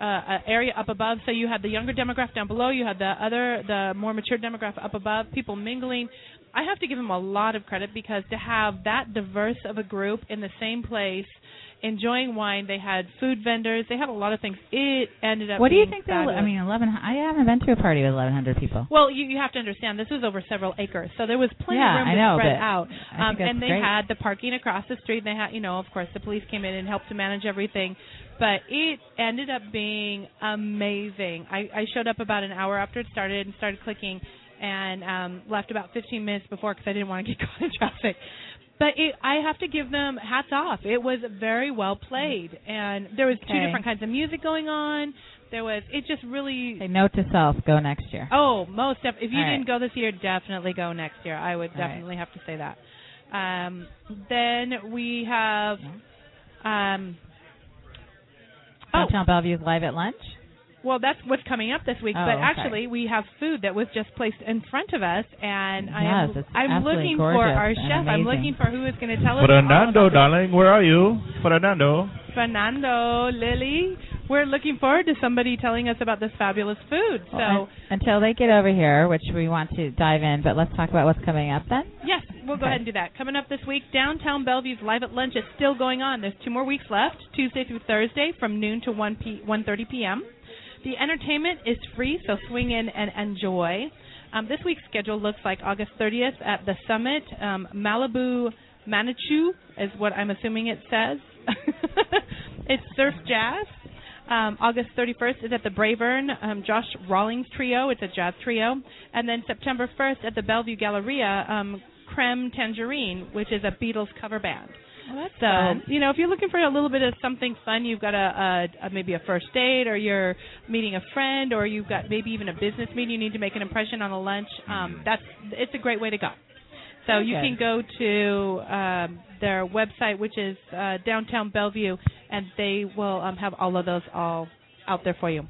Speaker 2: uh, an area up above. So you had the younger demographic down below. You had the other, the more mature demographic up above. People mingling. I have to give them a lot of credit because to have that diverse of a group in the same place, enjoying wine. They had food vendors. They had a lot of things. It ended up.
Speaker 4: What do you
Speaker 2: being
Speaker 4: think? They, I
Speaker 2: fabulous.
Speaker 4: mean, 11. I haven't been to a party with 1,100 people.
Speaker 2: Well, you, you have to understand this was over several acres, so there was plenty
Speaker 4: Yeah,
Speaker 2: of room
Speaker 4: I
Speaker 2: to
Speaker 4: know,
Speaker 2: spread
Speaker 4: but
Speaker 2: out.
Speaker 4: I think
Speaker 2: Um,
Speaker 4: that's
Speaker 2: and they
Speaker 4: great.
Speaker 2: had the parking across the street. And they had, you know, of course, the police came in and helped to manage everything, but it ended up being amazing. I, I showed up about an hour after it started and started clicking, and um, left about 15 minutes before because I didn't want to get caught in traffic. But it, I have to give them hats off. It was very well played, and there was two
Speaker 4: Okay.
Speaker 2: different kinds of music going on. There was it just really
Speaker 4: Say note to self. Go next year.
Speaker 2: Oh, most def- if you
Speaker 4: All right.
Speaker 2: didn't go this year, definitely go next year. I would
Speaker 4: All right.
Speaker 2: definitely have to say that. Um, then we have um, oh,
Speaker 4: Downtown Bellevue is live at lunch.
Speaker 2: well, that's what's coming up this week.
Speaker 4: Oh,
Speaker 2: but
Speaker 4: okay.
Speaker 2: actually, we have food that was just placed in front of us, and
Speaker 4: Yes,
Speaker 2: I am
Speaker 4: it's
Speaker 2: I'm
Speaker 4: absolutely
Speaker 2: looking for
Speaker 4: gorgeous
Speaker 2: our
Speaker 4: and
Speaker 2: chef. I'm
Speaker 4: amazing.
Speaker 2: looking for who is going to tell us. all
Speaker 5: Fernando,
Speaker 2: about
Speaker 5: darling, where are you? Fernando.
Speaker 2: this. Fernando, Lily, we're looking forward to somebody telling us about this fabulous food. So.
Speaker 4: Well, un- until they get over here, which we want to dive in, but let's talk about what's coming up then.
Speaker 2: Yes, we'll go
Speaker 4: Okay.
Speaker 2: ahead and do that. Coming up this week, downtown Bellevue's Live at Lunch is still going on. There's two more weeks left, Tuesday through Thursday from noon to 1 p- 1:30 p.m. The entertainment is free, so swing in and enjoy. Um, this week's schedule looks like August 30th at the Summit, um, Malibu Manitou is what I'm assuming it says. it's surf jazz. Um, August 31st is at the Braeburn um, Josh Rawlings Trio. It's a jazz trio. And then September 1st at the Bellevue Galleria, um, Creme Tangerine, which is a Beatles cover band. So
Speaker 4: fun.
Speaker 2: you know, if you're looking for a little bit of something fun, you've got a, a, a maybe a first date, or you're meeting a friend, or you've got maybe even a business meeting. You need to make an impression on a lunch. Um, that's it's a great way to go. So you
Speaker 4: Very
Speaker 2: can go to um, their website, which is uh, downtown Bellevue, and they will um, have all of those all out there for you.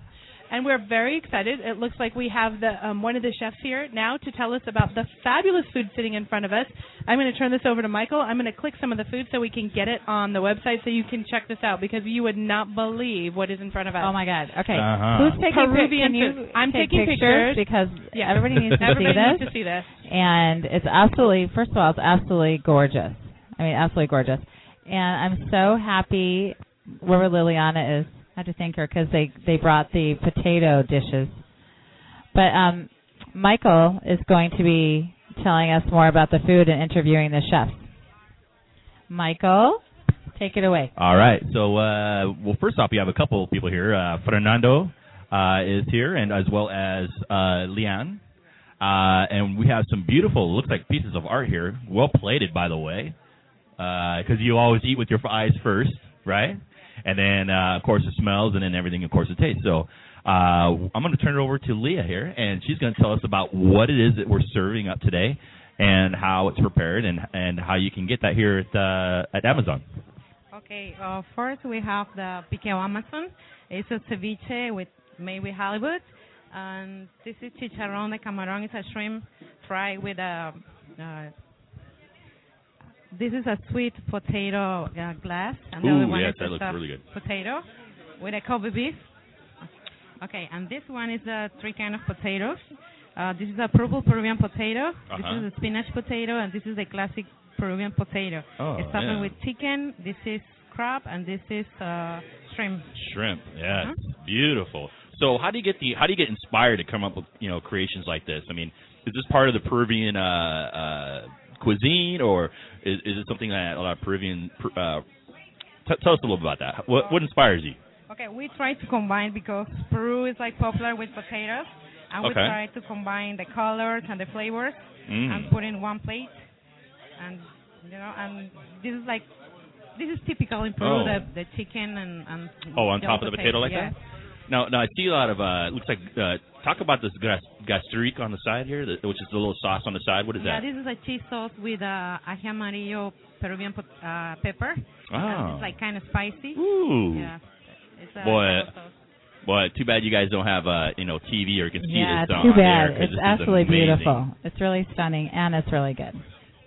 Speaker 2: And we're very excited. It looks like we have the um, one of the chefs here now to tell us about the fabulous food sitting in front of us. I'm going to turn this over to Michael. I'm going to click some of the food so we can get it on the website so you can check this out because you would not believe what is in front of us.
Speaker 4: Oh my God. Okay.
Speaker 5: Uh-huh.
Speaker 4: Who's taking
Speaker 2: Peruvian
Speaker 4: pic- can
Speaker 2: food.
Speaker 4: you
Speaker 2: I'm
Speaker 4: take
Speaker 2: taking pictures.
Speaker 4: because
Speaker 2: Yeah.
Speaker 4: everybody needs to
Speaker 2: Everybody
Speaker 4: see this.
Speaker 2: needs to see this.
Speaker 4: and it's absolutely first of all it's absolutely gorgeous i mean absolutely gorgeous and i'm so happy wherever liliana is i have to thank her because they they brought the potato dishes but um michael is going to be telling us more about the food and interviewing the chefs michael take it away
Speaker 5: All right. So, uh, well, first off, we have a couple people here. Uh, Fernando uh, is here, and as well as uh, Leanne. Uh, and we have some beautiful, looks like pieces of art here. Well plated, by the way, because you always eat with your eyes first, right? And then, uh, of course, it smells, and then everything, of course, it tastes. So, uh, I'm going to turn it over to Leah here, and she's going to tell us about what it is that we're serving up today, and how it's prepared, and and how you can get that here at uh, at Amazon.
Speaker 12: Okay, uh, first we have the piqueo Amazon. It's a ceviche with made with halibut,
Speaker 3: And this is chicharrón de camarón. It's a shrimp fry with a. Uh, this is a sweet potato uh, glass, and the
Speaker 5: Ooh,
Speaker 3: other one
Speaker 5: yes,
Speaker 3: is
Speaker 5: that
Speaker 3: just
Speaker 5: looks
Speaker 3: a
Speaker 5: really good.
Speaker 3: potato with a Kobe beef. Okay, and this one is the three kind of potatoes. Uh, this is a purple Peruvian potato. This
Speaker 5: Uh-huh.
Speaker 3: is a spinach potato, and this is a classic Peruvian potato.
Speaker 5: Oh,
Speaker 3: it's something
Speaker 5: yeah.
Speaker 3: with chicken. This is crab, and this is uh, shrimp.
Speaker 5: Shrimp, yeah,
Speaker 3: Uh-huh.
Speaker 5: beautiful. So how do you get the how do you get inspired to come up with you know creations like this? I mean, is this part of the Peruvian uh, uh, cuisine, or is, is it something that a lot of Peruvian? Per- Uh, t- tell us a little about that. What what inspires you?
Speaker 3: Okay, we try to combine because Peru is like popular with potatoes, and we
Speaker 5: Okay.
Speaker 3: try to combine the colors and the flavors and
Speaker 5: Mm.
Speaker 3: put in one plate. And you know, and this is like this is typical in Peru
Speaker 5: Oh.
Speaker 3: the, the chicken and, and
Speaker 5: Oh, on
Speaker 3: the
Speaker 5: top of the potato like
Speaker 3: yeah.
Speaker 5: that. Now, now I see a lot of uh, it looks like uh, talk about this gas- gastrique on the side here, the, which is the little sauce on the side. What is
Speaker 3: Yeah,
Speaker 5: that?
Speaker 3: this is a cheese sauce with uh, ají amarillo Peruvian pot- uh, pepper. And
Speaker 5: Oh.
Speaker 3: it's like kind of spicy.
Speaker 5: Ooh.
Speaker 3: Yeah. It's a
Speaker 5: Boy,
Speaker 3: sauce.
Speaker 5: Well, too bad you guys don't have uh, you know TV or can see
Speaker 4: yeah,
Speaker 5: this on
Speaker 4: too
Speaker 5: there,
Speaker 4: bad.
Speaker 5: 'cause
Speaker 4: It's
Speaker 5: this is
Speaker 4: absolutely
Speaker 5: amazing.
Speaker 4: beautiful. It's really stunning and it's really good.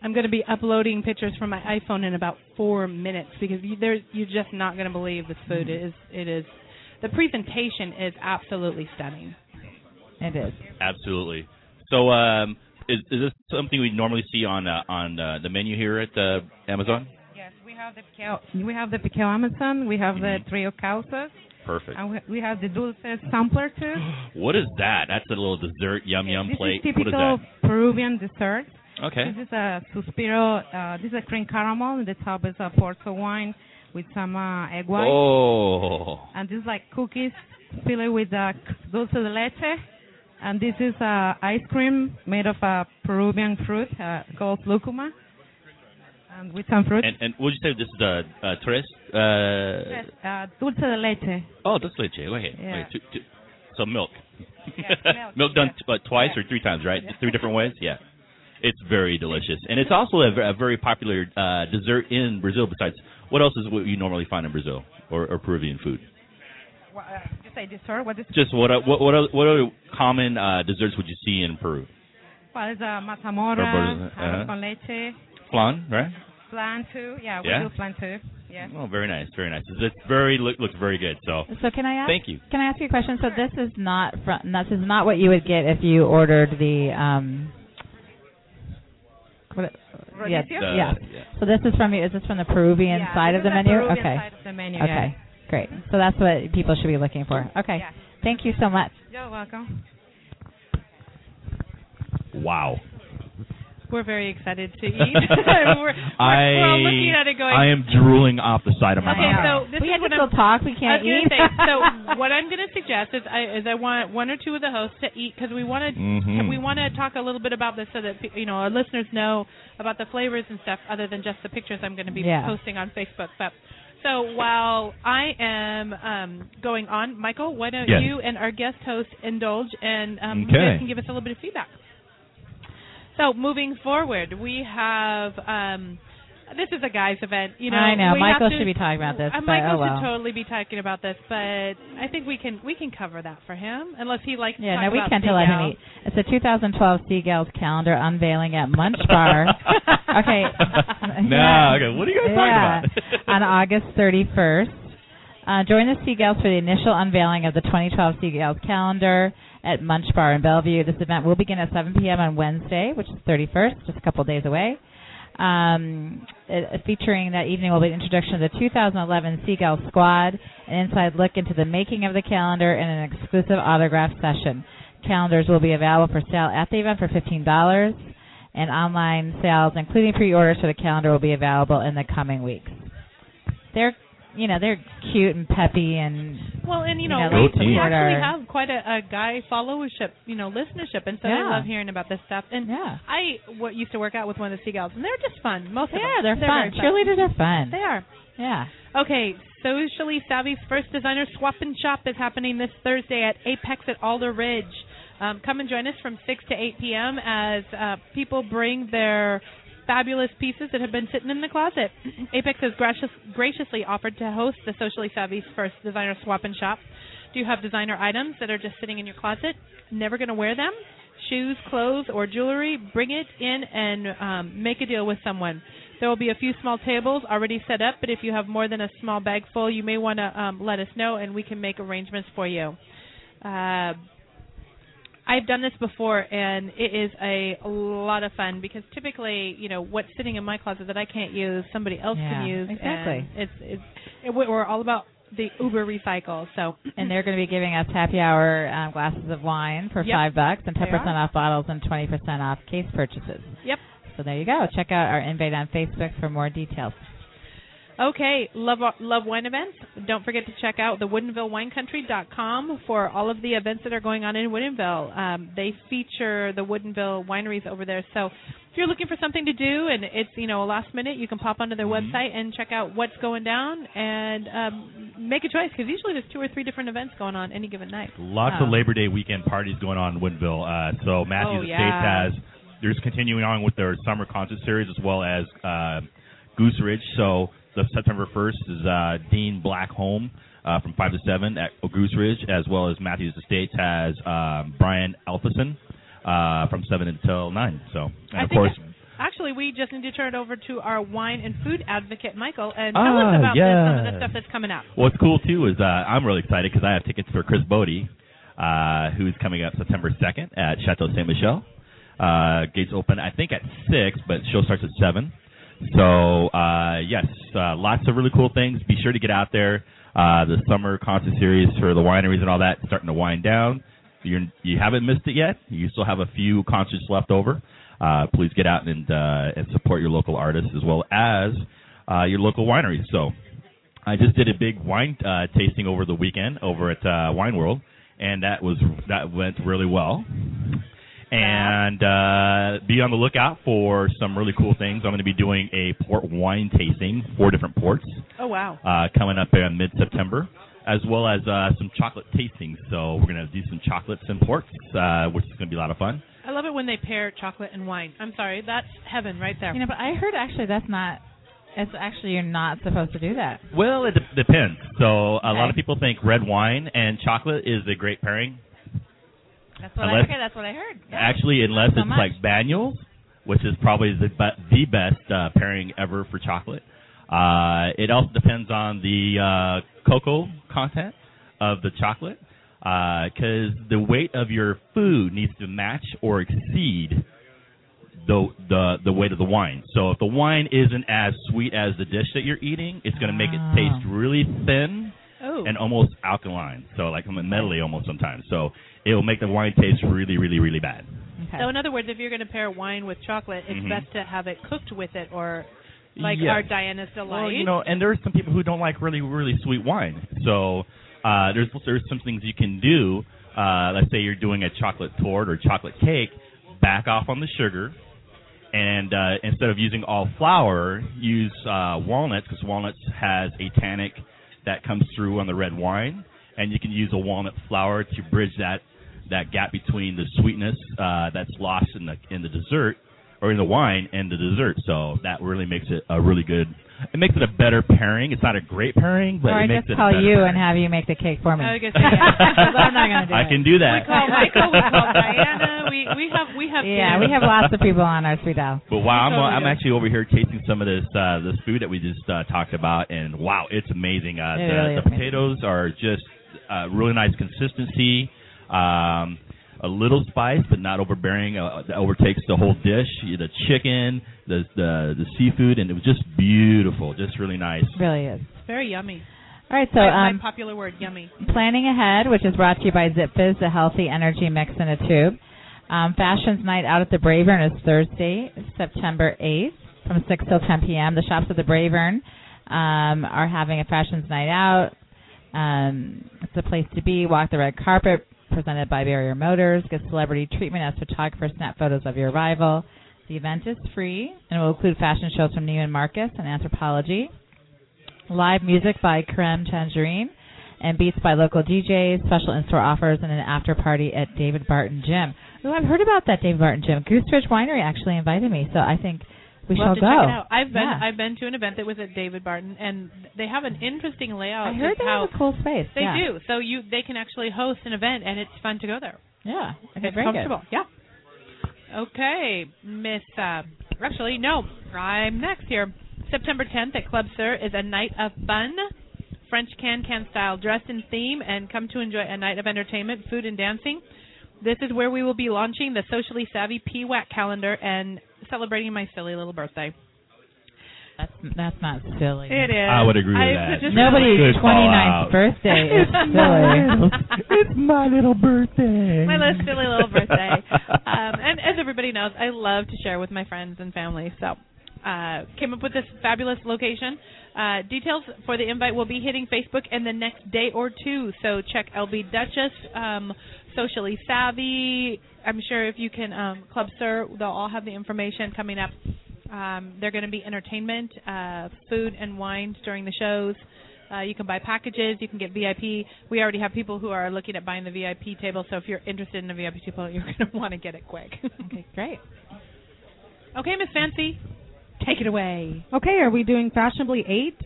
Speaker 2: I'm going to be uploading pictures from my iPhone in about four minutes because you, there, you're just not going to believe the food It is. It is. The presentation is absolutely stunning.
Speaker 4: It is.
Speaker 5: Absolutely. So, um, is, is this something we normally see on uh, on uh, the menu here at uh, Amazon?
Speaker 3: Yes, we have the piqueo, we have the piqueo Amazon, we have the
Speaker 5: Mhm.
Speaker 3: trio causas,
Speaker 5: Perfect.
Speaker 3: and we, we have the dulce sampler too.
Speaker 5: What is that? That's a little dessert yum Mm-hmm. yum
Speaker 3: this
Speaker 5: plate.
Speaker 3: is
Speaker 5: What is
Speaker 3: typical
Speaker 5: that?
Speaker 3: Peruvian dessert.
Speaker 5: Okay.
Speaker 3: This is a suspiro. Uh, this is a cream caramel. and The top is a porto wine with some uh, egg white,
Speaker 5: Oh.
Speaker 3: and this is like cookies filled with uh, c- dulce de leche. And this is uh, ice cream made of uh, Peruvian fruit uh, called lucuma, and with some fruit.
Speaker 5: And and would you say this is the uh, tres? Uh,
Speaker 3: Yes, uh, dulce de leche.
Speaker 5: Oh, that's leche. Wait, wait.
Speaker 3: Yeah.
Speaker 5: two- two- so milk.
Speaker 3: Yes, milk,
Speaker 5: done
Speaker 3: yeah.
Speaker 5: t- uh, twice or three times, right? Three different ways. Yeah. It's very delicious, and it's also a, ve- a very popular uh, dessert in Brazil. Besides, what else is what you normally find in Brazil or, or Peruvian food?
Speaker 3: Wha- uh, you say dessert? What is
Speaker 5: Just what uh, what what other, what other common uh, desserts would you see in Peru?
Speaker 3: Well, it's uh, mazamorra,
Speaker 5: Or-
Speaker 3: arroz
Speaker 5: uh-huh.
Speaker 3: con leche,
Speaker 5: Flan, right?
Speaker 3: flan too. Yeah, we
Speaker 5: Yeah?
Speaker 3: do flan too. Yeah.
Speaker 5: Oh, very nice, very nice. It's very look, looks very good. So,
Speaker 4: So can I ask?
Speaker 5: Thank you.
Speaker 4: Can I ask you a question? So this is not from. This is not what you would get if you ordered the. Um, what, yes,
Speaker 3: Rodizio?
Speaker 5: The-
Speaker 4: yes.
Speaker 5: yeah.
Speaker 4: So this is from you. Is this from the Peruvian
Speaker 3: Yeah,
Speaker 4: side
Speaker 3: this
Speaker 4: of the
Speaker 3: is
Speaker 4: menu?
Speaker 3: Peruvian
Speaker 4: okay.
Speaker 3: side of the menu, yeah.
Speaker 4: okay. Great. So that's what people should be looking for. Okay.
Speaker 3: Yeah.
Speaker 4: Thank you so much.
Speaker 3: You're welcome.
Speaker 5: wow.
Speaker 2: We're very excited to eat. we're, we're,
Speaker 5: I
Speaker 2: we're all looking at it going.
Speaker 5: I am drooling off the side of my
Speaker 2: okay,
Speaker 5: mouth.
Speaker 2: so this
Speaker 4: we
Speaker 2: is
Speaker 4: had to
Speaker 2: what
Speaker 4: still
Speaker 2: I'm
Speaker 4: talk. We
Speaker 2: I
Speaker 4: can't
Speaker 2: was gonna
Speaker 4: eat.
Speaker 2: say. So what I'm going to suggest is I, is I want one or two of the hosts to eat because we want to
Speaker 5: Mhm.
Speaker 2: we want to talk a little bit about this so that pe- you know our listeners know about the flavors and stuff other than just the pictures I'm going to be
Speaker 4: Yeah.
Speaker 2: posting on Facebook. But so while I am um, going on, Michael, why don't
Speaker 5: Yes.
Speaker 2: you and our guest host indulge and um, you
Speaker 5: Okay.
Speaker 2: guys can give us a little bit of feedback. So moving forward, we have. Um, this is a guys' event, you know.
Speaker 4: I know.
Speaker 2: we have
Speaker 4: Michael
Speaker 2: to-
Speaker 4: should be talking about this,
Speaker 2: Uh,
Speaker 4: but
Speaker 2: Michael
Speaker 4: oh well.
Speaker 2: should totally be talking about this, but I think we can we can cover that for him, unless he likes. to
Speaker 4: Yeah,
Speaker 2: talk
Speaker 4: no, we
Speaker 2: about
Speaker 4: can't let him
Speaker 2: Seagal.
Speaker 4: eat. It's a 2012 Seagulls calendar unveiling at Munch Bar. okay.
Speaker 5: Nah, okay, what are you guys talking about?
Speaker 4: on August 31st. Uh, join the Seagulls for the initial unveiling of the 2012 Seagulls calendar at Munch Bar in Bellevue. This event will begin at 7 p.m. on Wednesday, which is 31st, just a couple days away. Um, it- featuring that evening will be an introduction to the 2011 Seagull Squad, an inside look into the making of the calendar, and an exclusive autograph session. Calendars will be available for sale at the event for $15, and online sales, including pre-orders for the calendar, will be available in the coming weeks. They're, you know, they're cute and peppy, and
Speaker 2: Well, and you
Speaker 4: You
Speaker 2: know,
Speaker 4: know,
Speaker 2: we,
Speaker 5: like
Speaker 2: we
Speaker 5: to
Speaker 2: actually
Speaker 4: order.
Speaker 2: have quite a, a guy followership, you know, listenership, and so
Speaker 4: Yeah.
Speaker 2: I love hearing about this stuff. And
Speaker 4: yeah,
Speaker 2: I what used to work out with one of the seagulls, and they're just fun. Most
Speaker 4: they
Speaker 2: of
Speaker 4: are.
Speaker 2: them.
Speaker 4: They're,
Speaker 2: very
Speaker 4: fun. Cheerleaders are fun.
Speaker 2: They are.
Speaker 4: Yeah.
Speaker 2: Okay, Socially Savvy's first designer swap and shop is happening this Thursday at Apex at Alder Ridge. Um, come and join us from 6 to 8 p.m. as uh, people bring their fabulous pieces that have been sitting in the closet. Apex has gracious, graciously offered to host the Socially Savvy's first designer swap and shop. Do you have designer items that are just sitting in your closet? Never going to wear them? Shoes, clothes, or jewelry? Bring it in and um, make a deal with someone. There will be a few small tables already set up, but if you have more than a small bag full, you may want to um, let us know and we can make arrangements for you. Uh, I've done this before, and it is a lot of fun because typically, you know, what's sitting in my closet that I can't use, somebody else
Speaker 4: Yeah,
Speaker 2: can use. and
Speaker 4: exactly.
Speaker 2: It's it's it, we're all about the Uber recycle. So
Speaker 4: and they're going to be giving us happy hour um, glasses of wine for
Speaker 2: Yep.
Speaker 4: five bucks and ten
Speaker 2: They
Speaker 4: percent
Speaker 2: are.
Speaker 4: off bottles and twenty percent off case purchases.
Speaker 2: Yep.
Speaker 4: So there you go. Check out our invite on Facebook for more details.
Speaker 2: Okay, love love wine events. Don't forget to check out the WoodenvilleWineCountry.com for all of the events that are going on in Woodenville. Um, they feature the Woodenville wineries over there. So if you're looking for something to do and it's you know a last minute, you can pop onto their
Speaker 5: Mhm.
Speaker 2: website and check out what's going down and um, make a choice because usually there's two or three different events going on any given night.
Speaker 5: Lots
Speaker 4: Oh.
Speaker 5: of Labor Day weekend parties going on in Woodville. Uh, so Matthews
Speaker 2: Oh,
Speaker 5: Estates
Speaker 2: yeah.
Speaker 5: has there's continuing on with their summer concert series as well as uh, Goose Ridge. So the September 1st is uh, Dean Blackholm uh, from five to seven at Goose Ridge, as well as Matthews Estates has um, Brian Alpheson uh, from seven until nine. So and
Speaker 2: I
Speaker 5: of
Speaker 2: think
Speaker 5: course.
Speaker 2: Actually, we just need to turn it over to our wine and food advocate, Michael, and tell us
Speaker 5: Ah,
Speaker 2: about the, some of
Speaker 5: yes.
Speaker 2: the stuff that's coming up.
Speaker 5: What's cool too is uh, I'm really excited because I have tickets for Chris Bodie, uh, who's coming up September 2nd at Chateau Saint Michel. Uh, gates open, I think, at six, but show starts at seven. So uh, yes, uh, lots of really cool things. Be sure to get out there. Uh, the summer concert series for the wineries and all that is starting to wind down. You're, you haven't missed it yet. You still have a few concerts left over. Uh, please get out and uh, and support your local artists as well as uh, your local wineries. So I just did a big wine uh, tasting over the weekend over at uh, Wine World, and that was that went really well. And uh, be on the lookout for some really cool things. I'm going to be doing a port wine tasting, four different ports,
Speaker 2: Oh wow!
Speaker 5: uh, coming up in mid-September, as well as uh, some chocolate tastings. So we're going to do some chocolates and ports, uh, which is going to be a lot of fun.
Speaker 2: I love it when they pair chocolate and wine. I'm sorry, that's heaven right there.
Speaker 4: You know, but I heard actually that's not. It's actually you're not supposed to do that.
Speaker 5: Well, it de- depends. So a lot
Speaker 4: Okay.
Speaker 5: of people think red wine and chocolate is a great pairing.
Speaker 4: That's what
Speaker 5: Unless-
Speaker 4: I heard. That's what I heard. Yeah.
Speaker 5: Actually, unless
Speaker 4: So
Speaker 5: it's
Speaker 4: much.
Speaker 5: like Banyuls, which is probably the be- the best uh, pairing ever for chocolate. Uh, it also depends on the uh, cocoa content of the chocolate, because the weight of your food needs to match or exceed the the the weight of the wine. So if the wine isn't as sweet as the dish that you're eating, it's going to make
Speaker 4: Ah.
Speaker 5: it taste really thin
Speaker 2: Oh,
Speaker 5: and almost alkaline. So like metally almost sometimes. So it will make the wine taste really, really, really bad.
Speaker 4: Okay.
Speaker 2: so in other words, if you're going to pair wine with chocolate, it's
Speaker 5: Mhm.
Speaker 2: best to have it cooked with it, or like
Speaker 5: Yes.
Speaker 2: our Diana's delight.
Speaker 5: Well, you know, and there are some people who don't like really, really sweet wine. So uh, there's there's some things you can do. Uh, let's say you're doing a chocolate tort or chocolate cake, back off on the sugar, and uh, instead of using all flour, use uh, walnuts because walnuts has a tannic that comes through on the red wine, and you can use a walnut flour to bridge that that gap between the sweetness uh, that's lost in the in the dessert or in the wine and the dessert. So that really makes it a really good. It makes it a better pairing. It's not a great pairing, but
Speaker 4: or
Speaker 5: it
Speaker 4: I
Speaker 5: makes
Speaker 4: just
Speaker 5: it
Speaker 4: call
Speaker 5: a better
Speaker 4: you
Speaker 5: pairing.
Speaker 4: and have you make the cake for me.
Speaker 2: I was gonna say,
Speaker 4: Because I'm not gonna do
Speaker 5: I
Speaker 4: it.
Speaker 5: can do that.
Speaker 2: we call Michael, we call Diana, we we have we have
Speaker 4: yeah,
Speaker 2: dinner.
Speaker 4: we have lots of people on our sweet dial.
Speaker 5: But wow, I'm, uh,
Speaker 2: Totally
Speaker 5: I'm
Speaker 2: good.
Speaker 5: actually over here tasting some of this uh, this food that we just uh, talked about, and wow, it's amazing. Uh,
Speaker 4: It
Speaker 5: the
Speaker 4: really
Speaker 5: the
Speaker 4: is amazing.
Speaker 5: potatoes are just uh, really nice consistency, um, a little spice, but not overbearing. Uh, that overtakes the whole dish. The chicken, the the the seafood, and it was just beautiful, just really nice.
Speaker 4: It really is.
Speaker 2: It's very yummy.
Speaker 4: All right, so
Speaker 2: That's my
Speaker 4: um,
Speaker 2: popular word, yummy.
Speaker 4: Planning Ahead, which is brought to you by ZipFizz, the healthy energy mix in a tube. Um, Fashion's Night Out at the Bravern is Thursday, September 8th from 6 till 10 p.m. The shops at the Bravern um, are having a Fashion's Night Out. Um, it's a place to be. Walk the red carpet presented by Barrier Motors. Get celebrity treatment as photographers snap photos of your arrival. The event is free and will include fashion shows from Neiman Marcus and Anthropology, live music by Creme Tangerine, and beats by local DJs, special in-store offers, and an after-party at David Barton Gym. Oh, I've heard about that David Barton Gym. Goose Ridge Winery actually invited me, so I think we
Speaker 2: Love
Speaker 4: shall
Speaker 2: to
Speaker 4: go.
Speaker 2: check it out. I've been
Speaker 4: Yeah.
Speaker 2: I've been to an event that was at David Barton, and they have an interesting layout.
Speaker 4: I heard
Speaker 2: of
Speaker 4: they
Speaker 2: how
Speaker 4: have a cool space.
Speaker 2: they
Speaker 4: yeah.
Speaker 2: do. So you they can actually host an event, and it's fun to go there.
Speaker 4: Yeah. Okay,
Speaker 2: It's
Speaker 4: very good.
Speaker 2: comfortable. Yeah. Okay, Miss. Uh, actually, no, I'm next here. September 10th at Club Sur is a night of fun, French can can style, dressed in theme, and come to enjoy a night of entertainment, food, and dancing. This is where we will be launching the socially savvy PWAC calendar and celebrating my silly little birthday.
Speaker 4: That's that's not silly.
Speaker 2: It is.
Speaker 5: I would agree with
Speaker 2: I-
Speaker 5: that.
Speaker 2: just-
Speaker 4: Nobody's
Speaker 5: Good
Speaker 4: 29th
Speaker 5: fallout.
Speaker 4: birthday is silly.
Speaker 2: it's
Speaker 6: my little birthday.
Speaker 2: my little silly little birthday. Um, and as everybody knows, I love to share with my friends and family. So, uh, came up with this fabulous location. Uh, details for the invite will be hitting Facebook in the next day or two. So check LB Duchess, um, socially savvy. I'm sure if you can um, Club Sir, they'll all have the information coming up. Um, they're going to be entertainment, uh, food and wines during the shows. Uh, you can buy packages. You can get VIP. We already have people who are looking at buying the VIP table. So if you're interested in a VIP table, you're going to want to get it quick.
Speaker 4: Okay, great.
Speaker 2: okay, Miss Fancy, take it away.
Speaker 3: Okay, are we doing fashionably eight?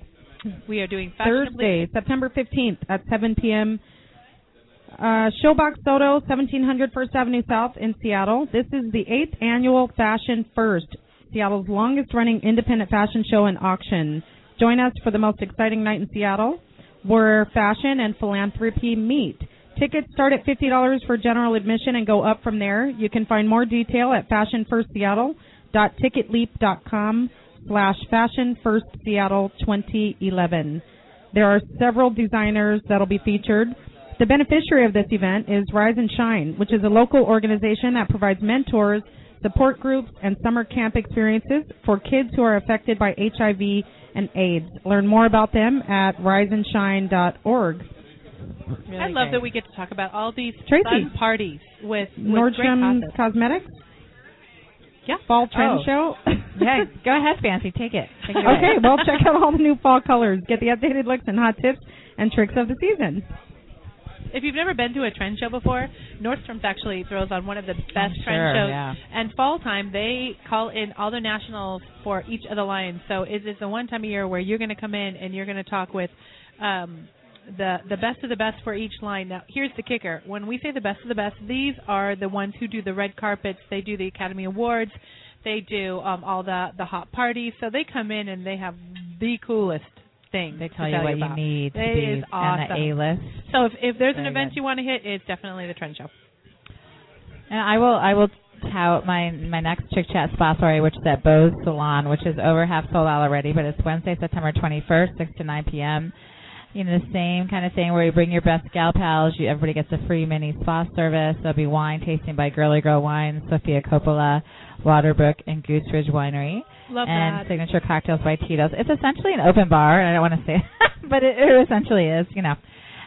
Speaker 2: We are doing fashionably.
Speaker 3: Thursday, September 15th at 7 p.m. Uh, Showbox Soto, 1700 First Avenue South in Seattle. This is the eighth annual Fashion First, Seattle's longest running independent fashion show and auction. Join us for the most exciting night in Seattle where fashion and philanthropy meet. Tickets start at $50 for general admission and go up from there. You can find more detail at fashionfirstseattle.ticketleap.com slash Fashion First Seattle 2011. There are several designers that will be featured. The beneficiary of this event is Rise and Shine, which is a local organization that provides mentors, support groups, and summer camp experiences for kids who are affected by HIV and AIDS. Learn more about them at riseandshine.org.
Speaker 2: I love that we get to talk about all these
Speaker 3: Tracy.
Speaker 2: fun parties with, with great
Speaker 3: Nordstrom
Speaker 2: causes.
Speaker 3: Cosmetics?
Speaker 2: Yeah.
Speaker 3: Fall Trend
Speaker 4: Oh.
Speaker 3: Show?
Speaker 4: Yeah, go ahead, Fancy. Take it. Take it away.
Speaker 3: okay, well, check out all the new fall colors. Get the updated looks and hot tips and tricks of the season.
Speaker 2: If you've never been to a trend show before, Nordstrom's actually throws on one of the best
Speaker 4: I'm
Speaker 2: trend
Speaker 4: sure,
Speaker 2: shows.
Speaker 4: yeah.
Speaker 2: And fall time, they call in all the nationals for each of the lines. So it is the one time of year where you're going to come in and you're going to talk with um, the the best of the best for each line. Now, here's the kicker: when we say the best of the best, these are the ones who do the red carpets. They do the Academy Awards. They do um, all the the hot parties. So they come in and they have the coolest thing.
Speaker 4: They
Speaker 2: to
Speaker 4: tell you what
Speaker 2: about.
Speaker 4: you need to
Speaker 2: It
Speaker 4: be
Speaker 2: is awesome.
Speaker 4: on the A list.
Speaker 2: So if, if there's an
Speaker 4: Very
Speaker 2: event
Speaker 4: good.
Speaker 2: you want to hit, it's definitely the trend show.
Speaker 4: And I will I will tout my my next chick chat spa story, which is at Bo's Salon, which is over half sold out already, but it's Wednesday, September twenty first, six to nine PM. You know, the same kind of thing where you bring your best gal pals, you everybody gets a free mini spa service. There'll be wine tasting by Girly Girl Wine, Sophia Coppola, Waterbrook and Goose Ridge Winery.
Speaker 2: Love
Speaker 4: and
Speaker 2: that.
Speaker 4: signature cocktails by Tito's. It's essentially an open bar, and I don't want to say, it, but it, it essentially is. You know,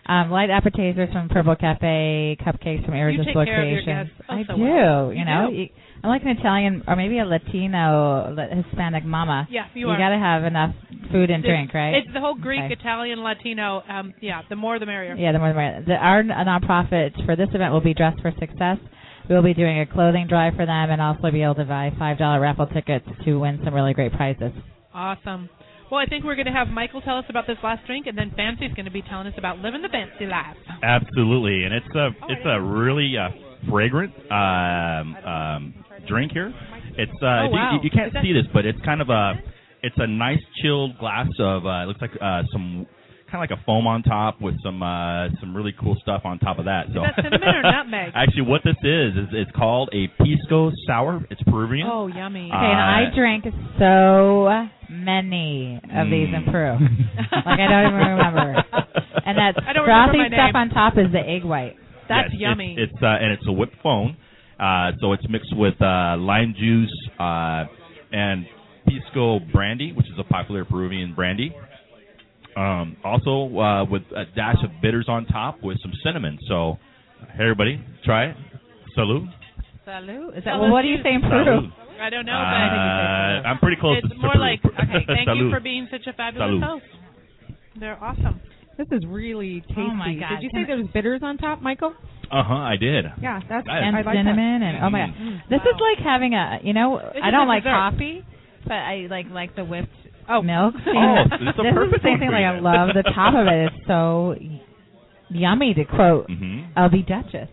Speaker 4: um, light appetizers from Purple Cafe, cupcakes from Irresistible
Speaker 2: take care of your
Speaker 4: Creations.
Speaker 2: guests. Oh,
Speaker 4: I
Speaker 2: so
Speaker 4: do.
Speaker 2: well.
Speaker 4: You,
Speaker 2: You
Speaker 4: know,
Speaker 2: do.
Speaker 4: You- I'm like an Italian or maybe a Latino li- Hispanic mama.
Speaker 2: Yeah, you,
Speaker 4: you
Speaker 2: are.
Speaker 4: gotta have enough food and drink, right?
Speaker 2: It's the whole Greek,
Speaker 4: Okay.
Speaker 2: Italian, Latino. Um, yeah, the more the merrier.
Speaker 4: Yeah, the more the merrier. The, our n- nonprofit for this event will be Dressed for Success. We'll be doing a clothing drive for them and also be able to buy $5 raffle tickets to win some really great prizes.
Speaker 2: Awesome. Well, I think we're going to have Michael tell us about this last drink, and then Fancy's going to be telling us about living the fancy life.
Speaker 5: Absolutely, and it's a
Speaker 2: Oh,
Speaker 5: it's a really uh, fragrant um, um, drink here. It's uh,
Speaker 2: Oh,
Speaker 5: if you-
Speaker 2: wow.
Speaker 5: you, you can't
Speaker 2: Is that-
Speaker 5: see this, but it's kind of a it's a nice chilled glass of uh, it looks like uh, some kind of like a foam on top with some uh, some really cool stuff on top of that. So
Speaker 2: that cinnamon or nutmeg?
Speaker 5: Actually, what this is is it's called a pisco sour. It's Peruvian.
Speaker 2: Oh, yummy.
Speaker 4: Okay, and I
Speaker 5: Uh,
Speaker 4: drank so many of these in Peru. like I don't even remember. And that
Speaker 2: I don't remember
Speaker 4: frothy
Speaker 2: my
Speaker 4: stuff
Speaker 2: name.
Speaker 4: on top is the egg white.
Speaker 2: That's
Speaker 5: Yes,
Speaker 2: yummy.
Speaker 5: It's, it's uh, and it's a whipped foam, uh, so it's mixed with uh, lime juice uh, and pisco brandy, which is a popular Peruvian brandy. Um, also uh, with a dash of bitters on top with some cinnamon. So, hey everybody, try it. Salud.
Speaker 2: Salud.
Speaker 4: Oh, Is that, well, what do you say in Peru?
Speaker 5: Salud.
Speaker 2: I don't know,
Speaker 5: Uh,
Speaker 2: but
Speaker 5: I'm pretty close.
Speaker 2: it's
Speaker 5: to
Speaker 2: more
Speaker 5: Peru.
Speaker 2: like, okay, thank you
Speaker 5: Salud.
Speaker 2: for being such a fabulous
Speaker 5: Salud.
Speaker 2: host. They're awesome.
Speaker 3: This is really tasty.
Speaker 4: Oh, my God.
Speaker 3: Did you
Speaker 4: Can
Speaker 3: say
Speaker 4: I-
Speaker 3: there's bitters on top, Michael?
Speaker 5: Uh huh. I did.
Speaker 3: Yeah, that's
Speaker 5: That is-
Speaker 4: And
Speaker 3: I like that.
Speaker 4: cinnamon and oh my god. This is
Speaker 2: Wow.
Speaker 4: like having a you know,
Speaker 2: This
Speaker 4: I
Speaker 2: is
Speaker 4: don't
Speaker 2: a
Speaker 4: like
Speaker 2: dessert.
Speaker 4: coffee. but I like like the whipped
Speaker 11: Oh.
Speaker 4: milk.
Speaker 5: Oh, it's a
Speaker 4: this is
Speaker 5: perfect
Speaker 4: the same
Speaker 5: one
Speaker 4: thing.
Speaker 5: for
Speaker 4: Like
Speaker 5: you
Speaker 4: I
Speaker 5: then.
Speaker 4: love the top of it. It's so y- yummy. To quote
Speaker 5: Mm-hmm.
Speaker 4: LB Duchess,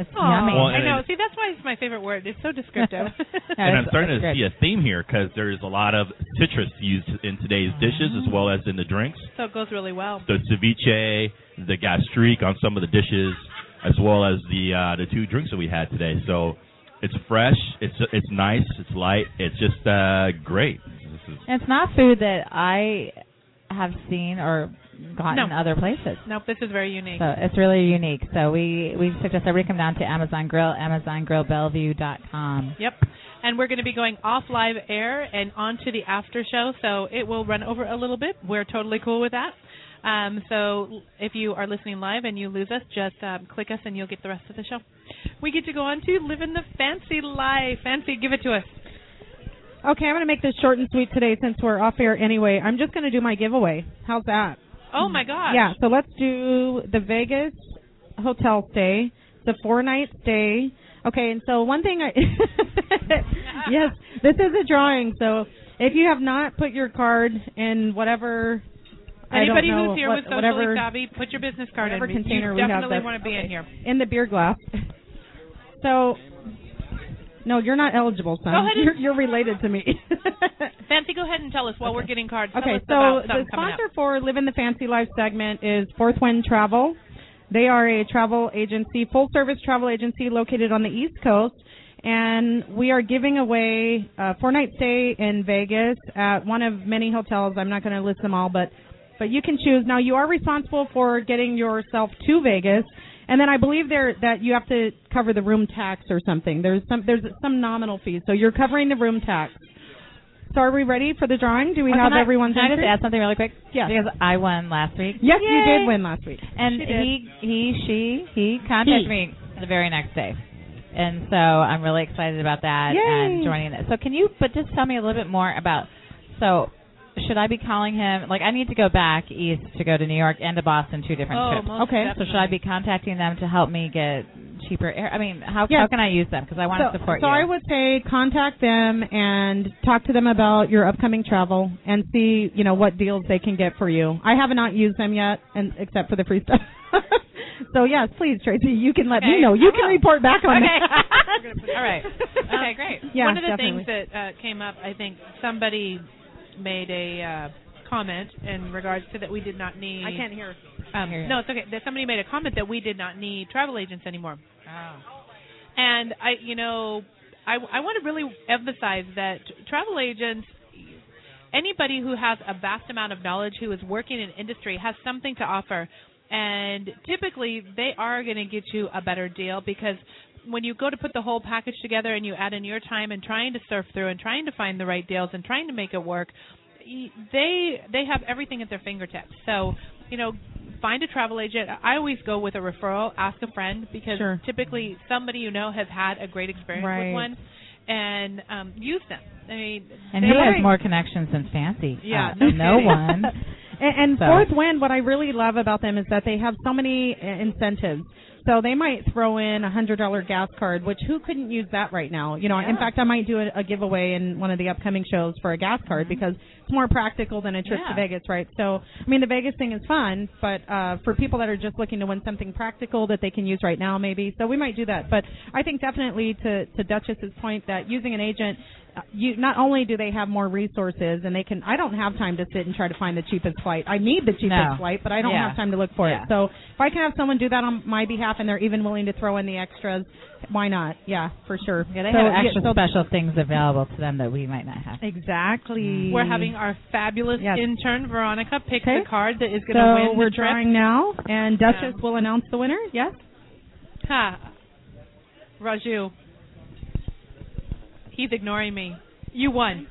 Speaker 4: it's
Speaker 2: Aw,
Speaker 4: yummy.
Speaker 5: Well,
Speaker 2: I
Speaker 5: and
Speaker 2: know.
Speaker 5: it-
Speaker 2: See, that's why it's my favorite word. It's so descriptive.
Speaker 4: No, it's-
Speaker 5: and I'm starting
Speaker 4: it's
Speaker 5: to
Speaker 4: good.
Speaker 5: see a theme here because there's a lot of citrus used in today's dishes as well as in the drinks.
Speaker 2: so it goes really well.
Speaker 5: The ceviche, the gastrique on some of the dishes, as well as the uh, the two drinks that we had today. So it's fresh, it's it's nice, it's light, it's just uh, great. This is
Speaker 4: And It's not food that I have seen or gotten
Speaker 2: No.
Speaker 4: in other places.
Speaker 2: Nope, this is very unique.
Speaker 3: Oh.
Speaker 4: So it's really unique. So we we suggest everybody come down to Amazon Grill, AmazonGrillBellevue.com.
Speaker 2: Yep. And we're going to be going off live air and onto the after show, so it will run over a little bit. We're totally cool with that. Um, so if you are listening live and you lose us, just um, click us and you'll get the rest of the show. We get to go on to living the fancy life. Fancy, give it to us.
Speaker 3: Okay, I'm going to make this short and sweet today since we're off air anyway. I'm just going to do my giveaway. How's that?
Speaker 2: Oh my gosh.
Speaker 3: Yeah, so let's do the Vegas hotel stay, the four night stay. Okay, and so one thing I yes, this is a drawing. So if you have not put your card in whatever I don't
Speaker 2: Anybody
Speaker 3: know,
Speaker 2: who's here
Speaker 3: what-
Speaker 2: with socially
Speaker 3: whatever
Speaker 2: savvy, put your business card
Speaker 3: whatever
Speaker 2: in.
Speaker 3: container
Speaker 2: you
Speaker 3: we have
Speaker 2: definitely
Speaker 3: that's-
Speaker 2: want to be in here.
Speaker 3: in the beer glass. So no, you're not eligible, son.
Speaker 2: Go ahead and-
Speaker 3: you're, you're related to me.
Speaker 2: Fancy, go ahead and tell us while we're getting cards. Tell
Speaker 3: Okay,
Speaker 2: us
Speaker 3: so
Speaker 2: about
Speaker 3: the
Speaker 2: something coming up.
Speaker 3: sponsor for Living the Fancy Life segment is Fourth Wind Travel. They are a travel agency, full service travel agency located on the East Coast. And we are giving away a four night stay in Vegas at one of many hotels. I'm not going to list them all, but but you can choose. Now you are responsible for getting yourself to Vegas, and then I believe there that you have to cover the room tax or something. There's some there's some nominal fee, so you're covering the room tax. So are we ready for the drawing? Do we
Speaker 4: Oh,
Speaker 3: have
Speaker 4: can I-
Speaker 3: everyone's
Speaker 4: Can I just
Speaker 3: entry?
Speaker 4: add something really quick?
Speaker 3: Yes.
Speaker 4: Because I won last week.
Speaker 3: Yes, you
Speaker 4: Yay!
Speaker 3: did win last week.
Speaker 4: And
Speaker 2: She did.
Speaker 4: he he she he contacted
Speaker 3: He.
Speaker 4: me the very next day. And so I'm really excited about that and
Speaker 3: Yay.
Speaker 4: joining it. So can you but just tell me a little bit more about so should I be calling him like I need to go back east to go to New York and to Boston two different
Speaker 2: Oh,
Speaker 4: trips.
Speaker 2: most
Speaker 3: Okay.
Speaker 4: So should I be contacting them to help me get cheaper air? I mean, how how
Speaker 3: Yes.
Speaker 4: can I use them because I want
Speaker 3: so,
Speaker 4: to support
Speaker 3: so
Speaker 4: you.
Speaker 3: I would say contact them and talk to them about your upcoming travel and see, you know, what deals they can get for you. I have not used them yet, and except for the free stuff. so yes, please, Tracy, you can let
Speaker 2: Okay,
Speaker 3: me know. You
Speaker 2: I
Speaker 3: can
Speaker 2: will.
Speaker 3: report back on
Speaker 2: Okay.
Speaker 3: that.
Speaker 4: All right. Okay,
Speaker 2: Um,
Speaker 4: great.
Speaker 3: Yeah,
Speaker 2: One of the
Speaker 3: definitely.
Speaker 2: things that uh, came up, I think somebody made a uh, comment in regards to that we did not need.
Speaker 3: hear.
Speaker 2: Um,
Speaker 4: hear you.
Speaker 2: no, it's okay. That somebody made a comment that we did not need travel agents anymore.
Speaker 4: Oh.
Speaker 2: And I, you know, I, I want to really emphasize that travel agents, anybody who has a vast amount of knowledge who is working in industry has something to offer. And typically, they are going to get you a better deal because when you go to put the whole package together and you add in your time and trying to surf through and trying to find the right deals and trying to make it work, y- they they have everything at their fingertips. So, you know, find a travel agent. I always go with a referral, ask a friend because
Speaker 3: Sure.
Speaker 2: typically somebody you know has had a great experience
Speaker 3: Right.
Speaker 2: with one and um use them. I mean,
Speaker 4: And
Speaker 2: they,
Speaker 4: who has more connections than Fancy?
Speaker 2: Yeah,
Speaker 4: Uh,
Speaker 2: no
Speaker 4: no
Speaker 2: kidding.
Speaker 4: one.
Speaker 3: And, and
Speaker 4: So-
Speaker 3: Fourth Wind, what I really love about them is that they have so many uh, incentives. So they might throw in a hundred dollar gas card, which who couldn't use that right now? You know, in
Speaker 4: Yeah.
Speaker 3: fact, I might do a, a giveaway in one of the upcoming shows for a gas card because it's more practical than a trip
Speaker 4: Mm-hmm. Yeah.
Speaker 3: to Vegas, right? So, I mean, the Vegas thing is fun, but uh, for people that are just looking to win something practical that they can use right now, maybe, so we might do that. But I think definitely to to Duchess's point that using an agent uh, you not only do they have more resources and they can I don't have time to sit and try to find the cheapest flight. I need the cheapest
Speaker 4: No.
Speaker 3: flight, but I don't
Speaker 4: Yeah.
Speaker 3: have time to look for
Speaker 4: Yeah.
Speaker 3: it. So if I can have someone do that on my behalf and they're even willing to throw in the extras, why not? Yeah, for sure.
Speaker 4: Yeah, they
Speaker 3: So,
Speaker 4: have extra
Speaker 3: so-
Speaker 4: special things available to them that we might not have.
Speaker 3: Exactly.
Speaker 2: we're having our fabulous
Speaker 3: Mm. Yes.
Speaker 2: intern Veronica pick
Speaker 3: Okay.
Speaker 2: the card that is going to
Speaker 3: so
Speaker 2: win
Speaker 3: we're
Speaker 2: the trip.
Speaker 3: drawing now, and Duchess
Speaker 2: Yeah.
Speaker 3: will announce the winner. Yes.
Speaker 2: Ha. Raju. He's ignoring me. You won.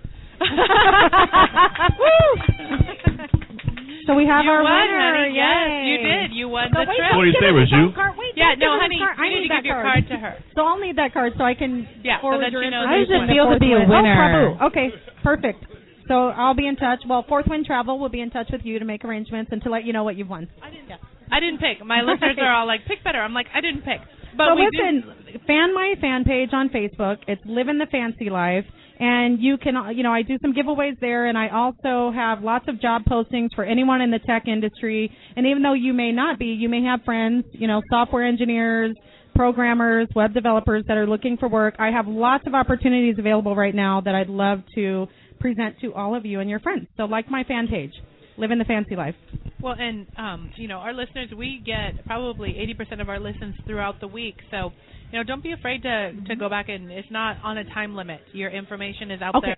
Speaker 3: So we have
Speaker 2: you
Speaker 3: our
Speaker 2: won,
Speaker 3: winner.
Speaker 2: honey. Yes, you
Speaker 3: Yay.
Speaker 2: did. You won
Speaker 3: So
Speaker 2: the
Speaker 3: wait,
Speaker 2: trip.
Speaker 5: What do you
Speaker 3: give
Speaker 5: say,
Speaker 3: her
Speaker 5: Raju?
Speaker 3: that card. Wait,
Speaker 2: Yeah, no,
Speaker 3: don't give her
Speaker 2: honey,
Speaker 3: that card. I
Speaker 2: you need, to
Speaker 3: that
Speaker 2: give your
Speaker 3: card.
Speaker 2: card to her.
Speaker 3: So I'll need that card so I can
Speaker 2: Yeah, so
Speaker 3: forward
Speaker 2: that
Speaker 3: your
Speaker 2: she knows
Speaker 3: information.
Speaker 2: How does it
Speaker 3: to
Speaker 4: feel to
Speaker 3: Fourth
Speaker 4: be a
Speaker 3: Wind?
Speaker 4: winner?
Speaker 3: Oh, Prabhu. Okay, perfect. So I'll be in touch. Well, Fourth Wind Travel will be in touch with you to make arrangements and to let you know what you've won.
Speaker 2: I didn't pick. My listeners are all like, pick better. I'm like, I didn't pick. But
Speaker 3: so
Speaker 2: we
Speaker 3: listen, fan my fan page on Facebook. It's Living the Fancy Life, And you can, uh, you know, I do some giveaways there, and I also have lots of job postings for anyone in the tech industry. And even though you may not be, you may have friends, you know, software engineers, programmers, web developers that are looking for work. I have lots of opportunities available right now that I'd love to present to all of you and your friends. So like my fan page, Living the Fancy Life.
Speaker 2: Well, and um, you know, our listeners, we get probably 80% of our listens throughout the week. So, you know, don't be afraid to to go back and it's not on a time limit. Your information is out
Speaker 3: Okay.
Speaker 2: there.